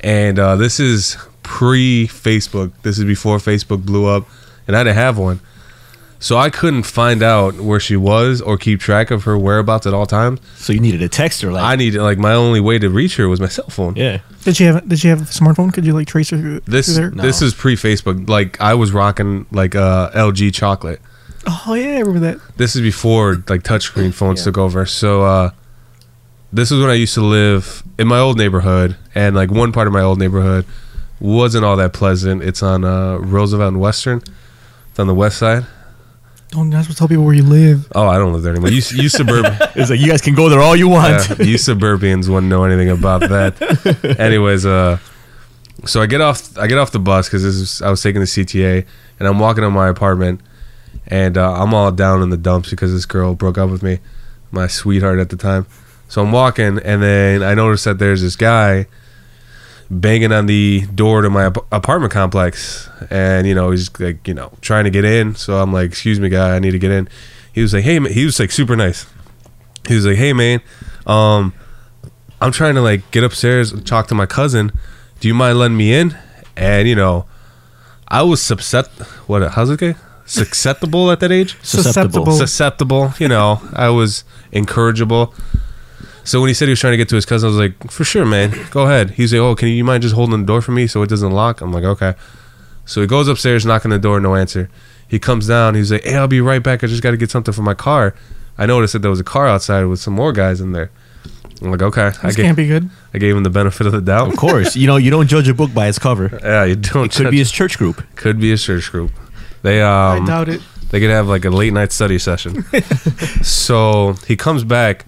Speaker 4: And uh, this is pre Facebook. This is before Facebook blew up. And I didn't have one. So I couldn't find out where she was or keep track of her whereabouts at all times.
Speaker 5: so you needed a texter like
Speaker 4: I needed, like, my only way to reach her was my cell phone.
Speaker 5: yeah
Speaker 3: Did she have? Did she have a smartphone? Could you like trace her through,
Speaker 4: This
Speaker 3: through there?
Speaker 4: this
Speaker 5: No.
Speaker 4: is pre Facebook. Like I was rocking like uh, LG chocolate.
Speaker 3: Oh yeah, I remember that.
Speaker 4: this is before like touchscreen phones
Speaker 5: Yeah.
Speaker 4: took over. So uh, this is when I used to live in my old neighborhood, and like one part of my old neighborhood wasn't all that pleasant. It's on uh, Roosevelt and Western. It's on the west side.
Speaker 3: Don't not supposed to tell people where you live.
Speaker 4: Oh, I don't live there anymore. You you
Speaker 5: *laughs*
Speaker 4: suburban.
Speaker 5: it's like you guys can go there all you want *laughs*
Speaker 4: Yeah, you suburbians wouldn't know anything about that. Anyways, uh, so I get off I get off the bus because this is I was taking the CTA and I'm walking to my apartment and uh, I'm all down in the dumps because this girl broke up with me, my sweetheart at the time. So I'm walking and then I notice that there's this guy banging on the door to my ap- apartment complex and you know he's like you know trying to get in so i'm like excuse me guy i need to get in he was like hey man. he was like super nice he was like, "Hey man, um, I'm trying to like get upstairs and talk to my cousin. Do you mind letting me in?" And you know, I was suscept what how's it okay? susceptible at that age.
Speaker 3: Susceptible.
Speaker 4: Susceptible, you know, I was incorrigible. So when he said he was trying to get to his cousin, I was like, "For sure, man, go ahead." He's like, "Oh, can you mind just holding the door for me so it doesn't lock?" I'm like, "Okay." So he goes upstairs, knocking the door, no answer. He comes down. He's like, "Hey, I'll be right back. I just got to get something for my car." I noticed that there was a car outside with some more guys in there. I'm like, "Okay." I
Speaker 3: This
Speaker 4: gave,
Speaker 3: can't be good.
Speaker 4: I gave him the benefit of the doubt.
Speaker 5: Of course, you know you don't judge a book by its
Speaker 4: *laughs*
Speaker 5: cover.
Speaker 4: Yeah, you don't.
Speaker 5: It could be his church group.
Speaker 4: could be a church group. They
Speaker 3: I
Speaker 4: um,
Speaker 3: doubt it.
Speaker 4: they could have like a late night study session. so he comes back.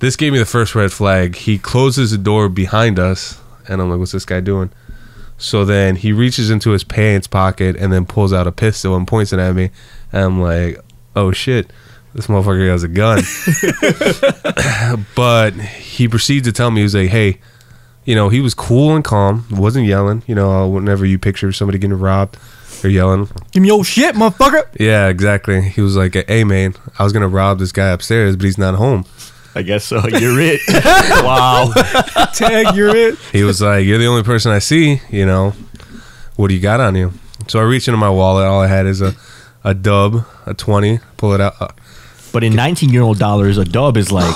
Speaker 4: This gave me the first red flag. He closes the door behind us, and I'm like, "What's this guy doing?" So then he reaches into his pants pocket and then pulls out a pistol and points it at me. And I'm like, oh shit, this motherfucker has a gun. *laughs* but he proceeds to tell me, he was like, hey, you know, he was cool and calm, wasn't yelling. You know, whenever you picture somebody getting robbed or yelling,
Speaker 3: Give me your shit,
Speaker 5: *laughs*
Speaker 3: motherfucker.
Speaker 4: yeah, exactly. He was like, hey, man, I was going to rob this guy upstairs, but he's not home.
Speaker 5: I guess so. *laughs*
Speaker 4: *laughs*
Speaker 5: You're it. wow.
Speaker 3: Tag, you're it.
Speaker 4: He
Speaker 3: *laughs*
Speaker 4: was like, you're the only person I see, you know, what do you got on you? So I reach into my wallet. All I had is a, a dub, a 20, pull it out. uh,
Speaker 5: But in 19 year old dollars, a dub is like,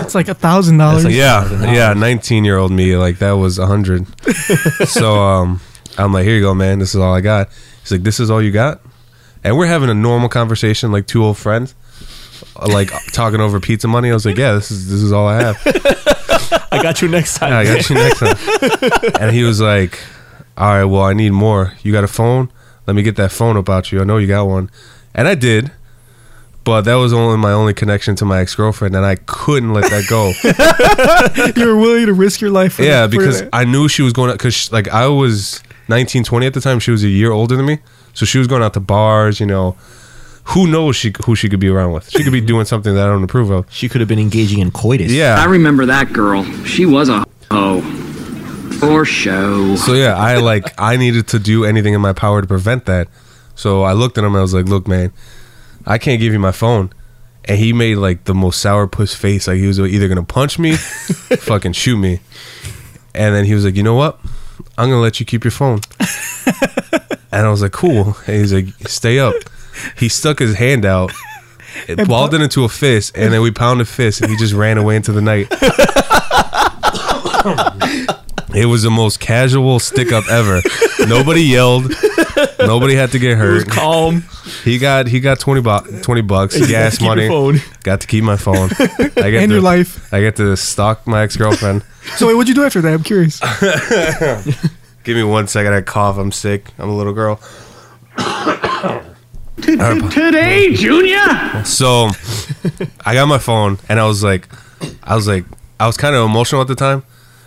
Speaker 3: It's *laughs* like a thousand dollars.
Speaker 4: yeah, yeah, nineteen year old me, like that was a
Speaker 3: *laughs*
Speaker 4: hundred. so um, I'm like, here you go, man. This is all I got. He's like, this is all you got, and we're having a normal conversation, like two old friends, uh, like talking over pizza money. I was like, yeah, this is this is all I have.
Speaker 5: I got you next time.
Speaker 4: I got you next time. and he was like, all right, well, I need more. You got a phone? Let me get that phone about you. I know you got one, and I did. But that was only my only connection to my ex girlfriend, and I couldn't let that go.
Speaker 3: you were willing to risk your life. For
Speaker 4: yeah
Speaker 3: for
Speaker 4: because
Speaker 3: that.
Speaker 4: i knew she was going out because like i was 19 20 at the time she was a year older than me so she was going out to bars you know who knows she who she could be around with she could be doing something that i don't approve of
Speaker 5: She could have been engaging in coitus.
Speaker 4: yeah
Speaker 6: I remember that girl. She was a hoe. For show.
Speaker 4: so yeah i like i needed to do anything in my power to prevent that so i looked at him and i was like look man i can't give you my phone and he made like the most sourpuss face like he was either gonna punch me fucking shoot me and then he was like you know what i'm gonna let you keep your phone and i was like cool and he's like stay up he stuck his hand out it balled it into a fist and then we pounded fist and he just ran away into the night it was the most casual stick up ever. Nobody yelled. Nobody had to get hurt.
Speaker 5: Calm.
Speaker 4: He got he got 20, bu- 20 bucks, gas
Speaker 5: keep your
Speaker 4: money.
Speaker 5: phone.
Speaker 4: Got to keep my phone. I get
Speaker 3: And
Speaker 4: to,
Speaker 3: your life.
Speaker 4: I get to stalk my ex girlfriend.
Speaker 3: So wait, what'd you do after that? I'm curious.
Speaker 4: Uh, Give me one second. I cough. I'm sick. I'm a little
Speaker 6: *coughs*
Speaker 4: girl.
Speaker 6: Today, Junior!
Speaker 4: So I got my phone and I was like, I was like, I was kind of emotional at the time.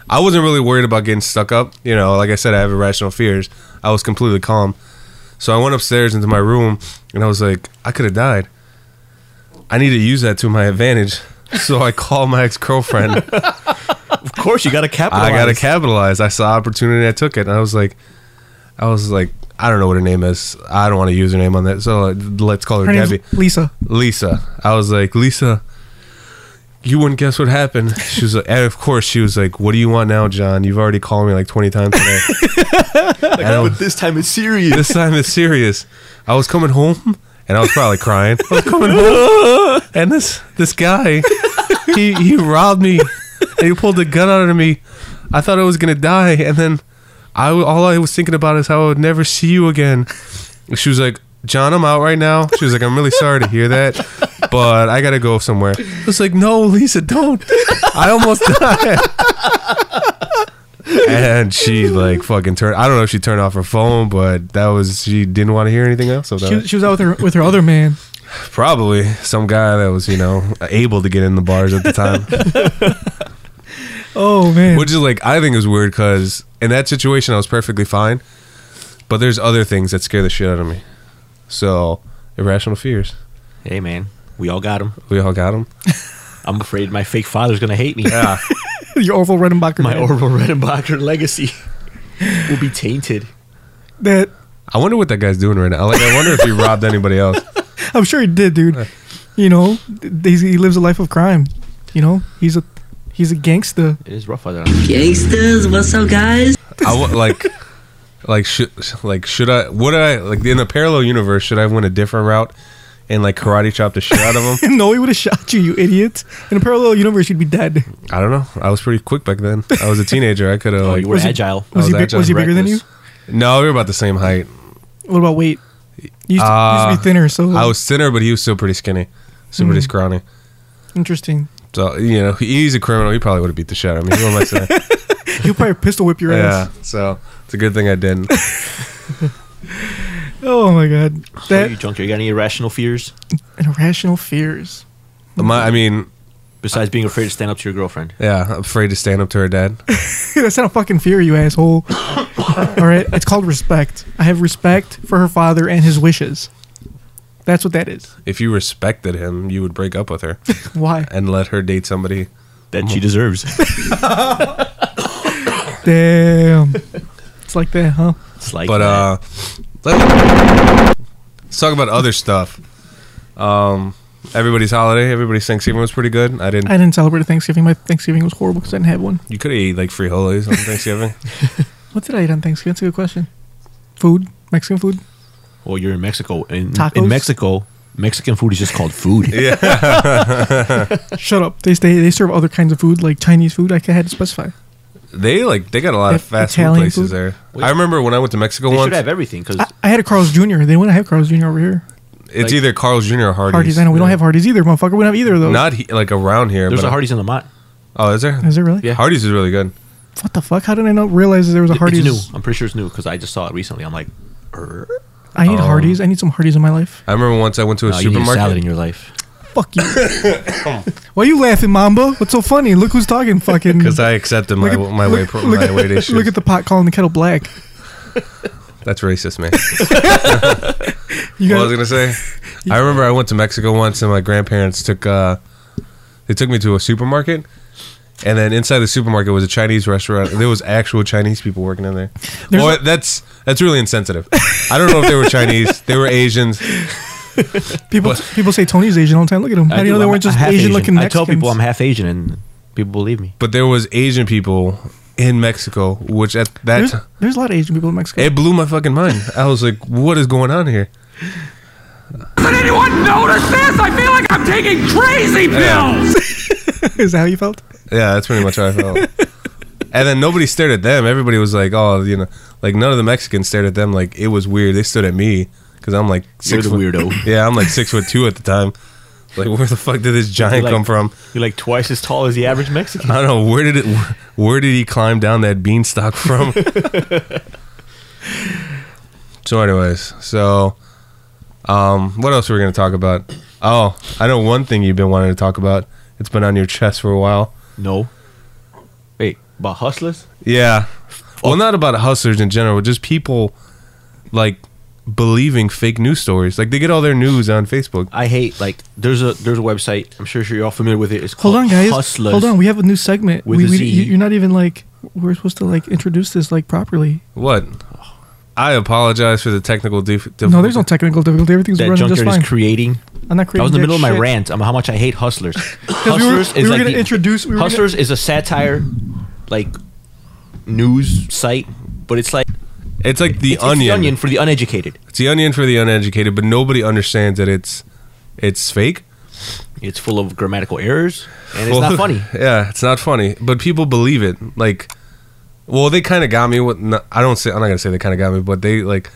Speaker 4: I wasn't really worried about getting stuck up. You know, like I said, I have irrational fears. I was completely calm. So I went upstairs into my room and I was like, I could have died. I need to use that to my advantage. So I *laughs* called my ex girlfriend.
Speaker 5: Of course, you got to capitalize.
Speaker 4: I gotta capitalize. I saw opportunity, I took it, and I was like, I was like, I don't know what her name is. I don't want to use her name on that. So uh, let's call her,
Speaker 3: Her name's
Speaker 4: Gabby.
Speaker 3: Lisa.
Speaker 4: Lisa. I was like, Lisa, you wouldn't guess what happened. She was like, *laughs* and of course, she was like, What do you want now, John? You've already called me like 20 times today. *laughs* And I was-
Speaker 5: But this time it's serious.
Speaker 4: this time is serious. I was coming home and I was probably crying. I was coming home and this this guy *laughs* he he robbed me and he pulled a gun out of me. I thought I was gonna die and then I w- all I was thinking about is how I would never see you again. She was like, John, I'm out right now. She was like, I'm really sorry to hear that, but I gotta go somewhere. I was like, No, Lisa, don't. I almost died. And she like fucking turned. I don't know if she turned off her phone, but that was she didn't want to hear anything else about
Speaker 3: She,
Speaker 4: it.
Speaker 3: she was out with her with her other man.
Speaker 4: Probably some guy that was you know able to get in the bars at the time,
Speaker 3: Oh man.
Speaker 4: which is like I think is weird because in that situation I was perfectly fine, but there's other things that scare the shit out of me. So irrational fears,
Speaker 5: Hey, man. We all got him.
Speaker 4: we all got them.
Speaker 5: I'm afraid my fake father's going to hate me.
Speaker 4: Yeah,
Speaker 3: *laughs* your Orville Redenbacher.
Speaker 5: *laughs* My
Speaker 3: man.
Speaker 5: Orville Redenbacher legacy will be tainted.
Speaker 3: that
Speaker 4: I wonder what that guy's doing right now. Like I wonder if he robbed anybody else.
Speaker 3: I'm sure he did, dude. You know, th- he lives a life of crime. You know, he's a he's a gangster. *laughs*
Speaker 5: It is rough out there.
Speaker 7: Gangsters, what's up, guys?
Speaker 4: I w- like, like should like should I would I like in a parallel universe should I went a different route and like karate chop the shit out of him?
Speaker 3: no, he would have shot you, you idiot. In a parallel universe, you'd be dead.
Speaker 4: I don't know. I was pretty quick back then. I was a teenager. I could have.
Speaker 5: Oh,
Speaker 4: like,
Speaker 5: you were
Speaker 3: Was he-
Speaker 5: agile.
Speaker 4: I
Speaker 3: Was he
Speaker 4: was
Speaker 3: big,
Speaker 4: agile
Speaker 3: was he
Speaker 4: and
Speaker 3: bigger than you?
Speaker 4: reckless. No, we were about the same height.
Speaker 3: What about weight? You used to, you used to
Speaker 4: Uh,
Speaker 3: be thinner, so
Speaker 4: I was thinner, but he was still pretty skinny, still pretty scrawny.
Speaker 3: interesting.
Speaker 4: So you know, he's a criminal. He probably would have beat the shit out of me. What am I saying?
Speaker 3: He'll probably *laughs* pistol whip your
Speaker 4: yeah.
Speaker 3: ass.
Speaker 4: So it's a good thing I didn't.
Speaker 3: Oh my god,
Speaker 5: Are you
Speaker 3: that
Speaker 5: drunk? You got any irrational fears
Speaker 3: and irrational fears. *laughs*
Speaker 4: My, I mean,
Speaker 5: besides being afraid to stand up to your girlfriend?
Speaker 4: yeah, I'm afraid to stand up to her dad.
Speaker 3: That's not a fucking fear, you asshole. *coughs* All right, it's called respect. I have respect for her father and his wishes. That's what that is.
Speaker 4: If you respected him, you would break up with her
Speaker 3: Why?
Speaker 4: and let her date somebody.
Speaker 5: that she deserves.
Speaker 3: Damn. It's like that, huh?
Speaker 5: it's like,
Speaker 4: But uh,
Speaker 5: that.
Speaker 4: let's, let's talk about other stuff. Um, everybody's holiday. Everybody's Thanksgiving was pretty good. I didn't.
Speaker 3: I didn't celebrate Thanksgiving. My Thanksgiving was horrible because I didn't have one.
Speaker 4: you could have eat like frijoles on Thanksgiving.
Speaker 3: What did I eat on Thanksgiving? That's a good question. Food,
Speaker 4: *laughs*
Speaker 3: Mexican food.
Speaker 5: well, you're in Mexico. In, in
Speaker 3: Tacos?
Speaker 5: Mexico, Mexican food is just called food.
Speaker 3: Shut up. They they, they serve other kinds of food like Chinese food. I ca- had to specify.
Speaker 4: they like they got a lot of
Speaker 3: If
Speaker 4: fast
Speaker 3: Italian
Speaker 4: food places
Speaker 3: food?
Speaker 4: there. I remember when I went to Mexico
Speaker 5: They
Speaker 4: once.
Speaker 5: should have everything because
Speaker 3: I, I had a Carl's Jr. They wouldn't have Carl's Jr. over here.
Speaker 4: it's
Speaker 5: like-
Speaker 4: either Carl's Jr. or Hardee's.
Speaker 3: Hardee's. I know we don't have Hardee's either, motherfucker. We don't have either of those.
Speaker 4: Not he, like around here.
Speaker 5: there's
Speaker 4: but uh,
Speaker 5: a Hardee's in Lamont.
Speaker 4: Oh, is there?
Speaker 3: Is there really?
Speaker 5: Yeah.
Speaker 4: Hardee's is really good.
Speaker 3: What the fuck? How did I not realize that there was a Hardee's?
Speaker 5: It's new. I'm pretty sure it's new because I just saw it recently. I'm like, er,
Speaker 3: I need Hardee's. I need some Hardee's in my life.
Speaker 4: I remember once I went to a
Speaker 5: no, you need a salad in
Speaker 4: supermarket.
Speaker 5: your life.
Speaker 3: Fuck
Speaker 5: *laughs*
Speaker 3: you. Why you laughing, Mamba? What's so funny? Look who's talking. Fucking.
Speaker 4: Because I accepted my
Speaker 3: Look at-
Speaker 4: my way
Speaker 3: look-
Speaker 4: pro-
Speaker 3: *laughs* look
Speaker 4: my
Speaker 3: at-
Speaker 4: weight issues.
Speaker 3: Look at the pot calling the kettle black.
Speaker 4: That's racist, man.
Speaker 3: *laughs* You
Speaker 4: what I
Speaker 3: got
Speaker 4: was gonna say.
Speaker 3: *laughs*
Speaker 4: I remember I went to Mexico once, and my grandparents took uh, they took me to a supermarket, and then inside the supermarket was a Chinese restaurant. and There was actual Chinese people working in there.
Speaker 3: There's
Speaker 4: Well, that's that's really insensitive. I don't know if they were Chinese. They were Asians.
Speaker 3: people.
Speaker 4: What?
Speaker 3: People say Tony's Asian all the time. Look at him. How do you know they
Speaker 5: I'm
Speaker 3: weren't just
Speaker 5: half
Speaker 3: Asian-looking
Speaker 5: I tell
Speaker 3: Mexicans?
Speaker 5: people I'm half Asian and people believe me.
Speaker 4: but there was Asian people in Mexico, which at that
Speaker 3: there's,
Speaker 4: ti-
Speaker 3: there's a lot of Asian people in Mexico.
Speaker 4: it blew my fucking mind. I was like, "What is going on here?"
Speaker 2: Did anyone notice this? I feel like I'm taking crazy pills.
Speaker 3: *laughs* Is that how you felt?
Speaker 4: Yeah, that's pretty much how I felt. and then nobody stared at them. Everybody was like, "Oh, you know," like none of the Mexicans stared at them. Like it was weird. They stood at me because I'm like 6
Speaker 5: You're the
Speaker 4: foot- *laughs*
Speaker 5: weirdo.
Speaker 4: Yeah, I'm like six foot two at the time. Like, where the fuck did this giant
Speaker 5: like-
Speaker 4: come from?
Speaker 5: You're like twice as tall as the average Mexican.
Speaker 4: I don't know. Where did it? Where, where did he climb down that beanstalk from? so, anyways, so um, what else are we gonna talk about? Oh, I know one thing you've been wanting to talk about. It's been on your chest for a while.
Speaker 5: *laughs* No. Wait, but hustlers?
Speaker 4: Yeah. Well, not about hustlers in general, just people like believing fake news stories. Like they get all their news on Facebook.
Speaker 5: I hate like there's a there's a website. I'm sure you're all familiar with it. It's called
Speaker 3: Hold on, guys.
Speaker 5: Hustlers.
Speaker 3: Hold on. We have a new segment.
Speaker 5: With
Speaker 3: We,
Speaker 5: a
Speaker 3: we,
Speaker 5: Z.
Speaker 3: you- you're not even like we're supposed to like introduce this like properly.
Speaker 4: What? I apologize for the technical dif- difficulty.
Speaker 3: No, there's no technical difficulty. Everything's
Speaker 5: that
Speaker 3: running just
Speaker 5: junkyard
Speaker 3: fine.
Speaker 5: is creating.
Speaker 3: I'm not
Speaker 5: I
Speaker 3: creating.
Speaker 5: was in the
Speaker 3: jack
Speaker 5: middle of my
Speaker 3: shit.
Speaker 5: rant on how much I hate
Speaker 3: *laughs*
Speaker 5: hustlers.
Speaker 3: we were-
Speaker 5: hustlers
Speaker 3: we
Speaker 5: is
Speaker 3: were
Speaker 5: like
Speaker 3: gonna
Speaker 5: the-
Speaker 3: introduce- we were gonna-
Speaker 5: hustlers is a satire, like news site, but it's like
Speaker 4: It's like the
Speaker 5: it's,
Speaker 4: onion.
Speaker 5: It's the onion for the uneducated.
Speaker 4: It's the onion for the uneducated, but nobody understands that it's it's fake.
Speaker 5: It's full of grammatical errors and
Speaker 4: *laughs*
Speaker 5: it's *laughs* not funny.
Speaker 4: yeah, it's not funny, but people believe it. Like, well, they kind of got me. With no, I don't say I'm not gonna say they kind of got me, but they like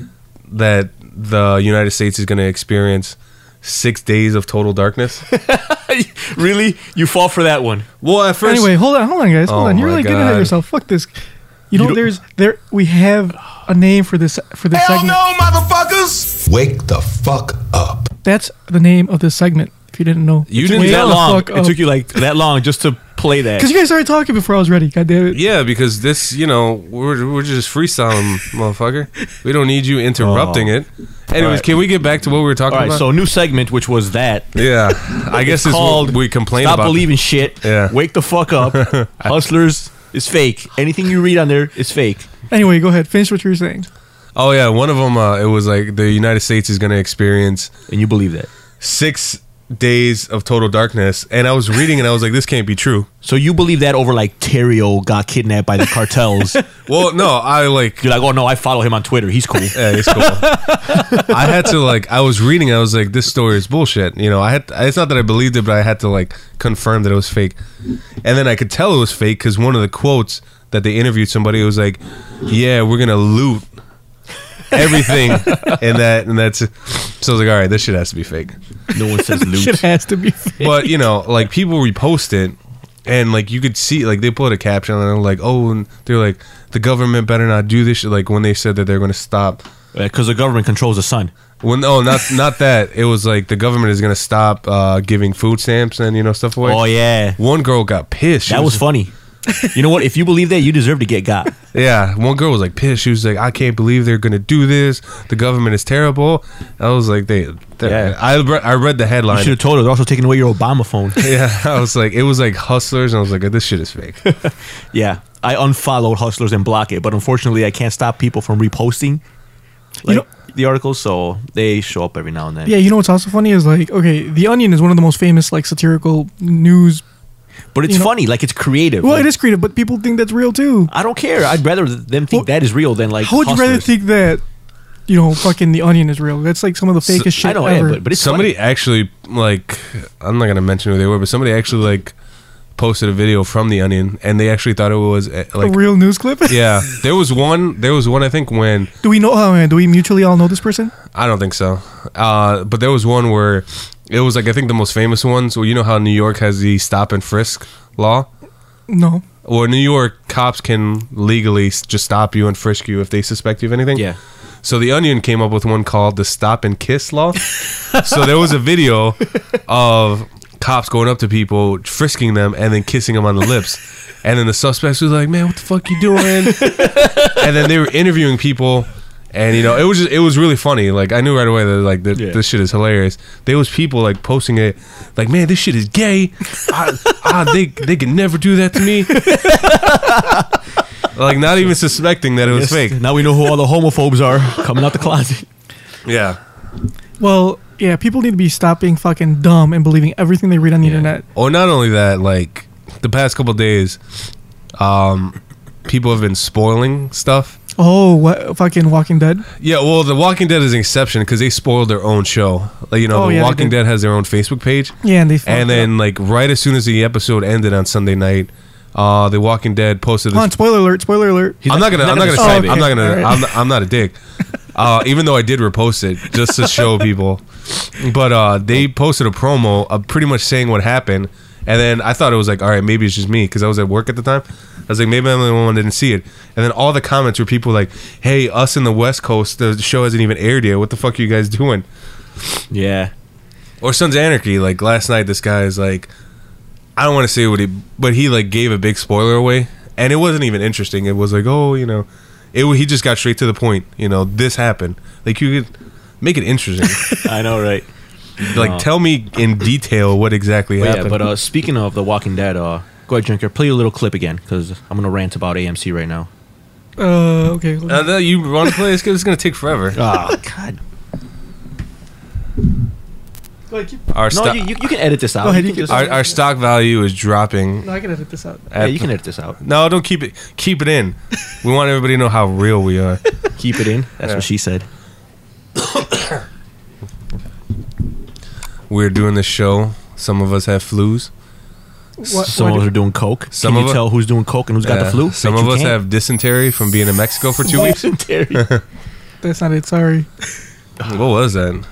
Speaker 4: that the United States is gonna experience six days of total
Speaker 5: *laughs*
Speaker 4: darkness.
Speaker 5: really, you fall for that one.
Speaker 4: well, at first,
Speaker 3: Anyway, hold on, hold on, guys. Hold
Speaker 4: Oh
Speaker 3: on. You're
Speaker 4: my
Speaker 3: really getting ahead
Speaker 4: God.
Speaker 3: of yourself. Fuck this. You know,
Speaker 5: don't-
Speaker 3: there's there we have a name for this for this segment.
Speaker 2: motherfuckers! Wake the fuck up.
Speaker 3: That's the name of this segment. If you didn't know,
Speaker 4: You
Speaker 3: It's
Speaker 4: didn't
Speaker 3: way
Speaker 4: Shut
Speaker 5: That
Speaker 4: the
Speaker 5: long. It took you like that long just to play that.
Speaker 3: because you guys started talking before I was ready. God damn it.
Speaker 4: Yeah, because this, you know, we're, we're just
Speaker 5: *laughs*
Speaker 4: freestyling, motherfucker. We don't need you interrupting it. Anyways,
Speaker 5: Oh. right.
Speaker 4: can we get back to what we were talking
Speaker 5: All right,
Speaker 4: about?
Speaker 5: so new segment, which was that.
Speaker 4: yeah,
Speaker 5: *laughs*
Speaker 4: I guess it's called. We complain
Speaker 5: Stop
Speaker 4: about.
Speaker 5: believing shit.
Speaker 4: Yeah.
Speaker 5: Wake the
Speaker 4: *laughs*
Speaker 5: fuck up. Hustlers is fake. Anything you read on there is fake.
Speaker 3: Anyway, go ahead. Finish what you were saying.
Speaker 4: Oh yeah, one of them. Uh, it was like the United States is going to experience
Speaker 5: And you believe that.
Speaker 4: six days of total darkness, and I was reading and I was like, this can't be true.
Speaker 5: So you believe that over like Terrio got kidnapped by the
Speaker 4: *laughs*
Speaker 5: cartels.
Speaker 4: Well, no, I like.
Speaker 5: You're like, oh no, I follow him on Twitter. He's cool.
Speaker 4: Yeah, it's cool. I had to like. I was reading. I was like, "This story is bullshit." You know, I had. it's not that I believed it, but I had to like confirm that it was fake. And then I could tell it was fake because one of the quotes that they interviewed somebody it was like, "Yeah, we're gonna loot everything," and that and that's. So I was like, "All right, this shit has to be fake."
Speaker 5: *laughs* No
Speaker 4: *laughs*
Speaker 5: one says
Speaker 3: Shit
Speaker 5: loot.
Speaker 3: has to be. fake.
Speaker 4: But you know, like people repost it, and like you could see, like they put a caption and they're like, "Oh," and they're like, "The government better not do this." Shit. Like when they said that they're gonna stop.
Speaker 5: Because the government controls the sun.
Speaker 4: Well, no, not not that. It was like the government is gonna stop uh, giving food stamps and you know stuff away.
Speaker 5: Oh yeah,
Speaker 4: One girl got pissed. She
Speaker 5: that was funny. You know what? If you believe that, you deserve to get got.
Speaker 4: Yeah, one girl was like pissed. She was like, "I can't believe they're gonna do this. The government is terrible." I was like, "They." they're-
Speaker 5: Yeah.
Speaker 4: I re- I read the
Speaker 5: You
Speaker 4: headline.
Speaker 5: should have told her. They're also taking away your Obama phone.
Speaker 4: *laughs* yeah, I was like, it was like hustlers, and I was like, "This shit is fake."
Speaker 5: yeah, I unfollowed Hustlers and block it, but unfortunately, I can't stop people from reposting like,
Speaker 3: know-
Speaker 5: the articles, so they show up every now and then.
Speaker 3: Yeah, you know what's also funny is like, okay, The Onion is one of the most famous like satirical news.
Speaker 5: but it's
Speaker 3: you know-
Speaker 5: funny. like it's creative.
Speaker 3: Well,
Speaker 5: like,
Speaker 3: it is creative, but people think that's real too.
Speaker 5: I don't care. I'd rather them think
Speaker 3: Well,
Speaker 5: that is real than like.
Speaker 3: How would you rather
Speaker 5: Hustlers.
Speaker 3: think that, you know, fucking The Onion is real? That's like some of the fakest shit
Speaker 5: I know, yeah,
Speaker 3: ever.
Speaker 5: but, but it's
Speaker 4: somebody
Speaker 5: funny.
Speaker 4: actually like I'm not gonna mention who they were, but somebody actually like posted a video from the Onion, and they actually thought it was uh,
Speaker 3: a
Speaker 4: like
Speaker 3: real news clip.
Speaker 4: yeah. There was one. There was one. I think when
Speaker 3: Do we know? Oh man, do we mutually all know this person?
Speaker 4: I don't think so, uh, but there was one where it was like I think the most famous ones. Well, you know how New York has the stop and frisk law.
Speaker 3: No.
Speaker 4: Or New York cops can legally s- just stop you and frisk you if they suspect you of anything.
Speaker 5: Yeah.
Speaker 4: So the Onion came up with one called the Stop and Kiss Law.
Speaker 5: *laughs*
Speaker 4: so there was a video of cops going up to people, frisking them, and then kissing them on the lips. And then the suspects was like, "Man, what the fuck you doing?"
Speaker 5: *laughs*
Speaker 4: and then they were interviewing people, and you know it was just, it was really funny. Like I knew right away that like th-
Speaker 5: Yeah.
Speaker 4: this shit is hilarious. There was people like posting it, like, "Man, this shit is gay.
Speaker 5: *laughs*
Speaker 4: I, I, they they can never do that to me." like not even suspecting that it was
Speaker 5: Yes,
Speaker 4: fake.
Speaker 5: Now we know who all the homophobes are *laughs* coming out the closet.
Speaker 4: Yeah.
Speaker 3: Well, yeah, people need to be stop being fucking dumb and believing everything they read on the internet.
Speaker 4: Or not only that, like the past couple days, um, people have been spoiling stuff.
Speaker 3: Oh, what fucking Walking Dead?
Speaker 4: Yeah, well, The Walking Dead is an exception because they spoiled their own show. Like you know,
Speaker 3: Oh,
Speaker 4: The
Speaker 3: yeah, they
Speaker 4: Walking
Speaker 3: did.
Speaker 4: Dead has their own Facebook page,
Speaker 3: Yeah, and they fucked
Speaker 4: and
Speaker 3: it
Speaker 4: then like right as soon as the episode ended on Sunday night, uh, The Walking Dead posted.
Speaker 3: up.
Speaker 4: This,
Speaker 3: Come on, spoiler alert! Spoiler alert! Oh,
Speaker 4: I'm not gonna. I'm not gonna.
Speaker 3: gonna
Speaker 4: type
Speaker 3: say
Speaker 4: it. I'm not
Speaker 3: it.
Speaker 4: gonna.
Speaker 3: Alright.
Speaker 4: I'm, not, I'm not a dick. Uh, even though I did repost it just to show people, but uh, they posted a promo of pretty much saying what happened, and then I thought it was like, all right, maybe it's just me because I was at work at the time. I was like, maybe I'm the only one that didn't see it. And then all the comments were people like, "Hey, us in the West Coast, the show hasn't even aired yet. What the fuck are you guys doing?"
Speaker 5: Yeah.
Speaker 4: Or Sons of Anarchy. Like last night, this guy is like, I don't want to say what he, but he like gave a big spoiler away, and it wasn't even interesting. It was like, oh, you know, it. wa- He just got straight to the point. You know, this happened. Like you could make it
Speaker 5: *laughs*
Speaker 4: interesting.
Speaker 5: I know, right?
Speaker 4: like tell me in detail what exactly
Speaker 5: But yeah,
Speaker 4: happened.
Speaker 5: but uh, speaking of The Walking Dead, uh, go ahead, Junker, play a little clip again because I'm gonna rant about AMC right now.
Speaker 3: Uh, okay. hold
Speaker 4: Uh,
Speaker 3: on.
Speaker 4: no, you want to play? It's gonna- it's gonna take forever.
Speaker 3: Ah.
Speaker 5: Oh God!
Speaker 3: Like, you-
Speaker 4: Our
Speaker 5: No,
Speaker 4: stock,
Speaker 5: you, you, you can edit this out.
Speaker 3: Go ahead, you
Speaker 5: can
Speaker 3: can-
Speaker 5: just-
Speaker 4: our, our stock value is dropping.
Speaker 3: no, I can edit this out.
Speaker 5: yeah,
Speaker 4: at
Speaker 5: you
Speaker 4: the-
Speaker 5: can edit this out.
Speaker 4: no, don't keep it. Keep it
Speaker 5: *laughs*
Speaker 4: in. We want everybody to know how real we are.
Speaker 5: Keep it in. That's what she said.
Speaker 4: We're doing this show. Some of us have flus.
Speaker 3: What,
Speaker 5: Some
Speaker 3: what-
Speaker 5: of us are doing coke.
Speaker 4: Some
Speaker 5: can
Speaker 4: of
Speaker 5: you
Speaker 4: us-
Speaker 5: tell who's doing coke and who's got
Speaker 4: Yeah.
Speaker 5: the flu?
Speaker 4: Some
Speaker 5: Bet
Speaker 4: of
Speaker 5: you
Speaker 4: us
Speaker 5: can't.
Speaker 4: have dysentery from being in Mexico for
Speaker 5: *laughs*
Speaker 4: two weeks. *laughs*
Speaker 5: Dysentery.
Speaker 3: that's not it. Sorry.
Speaker 4: What was that?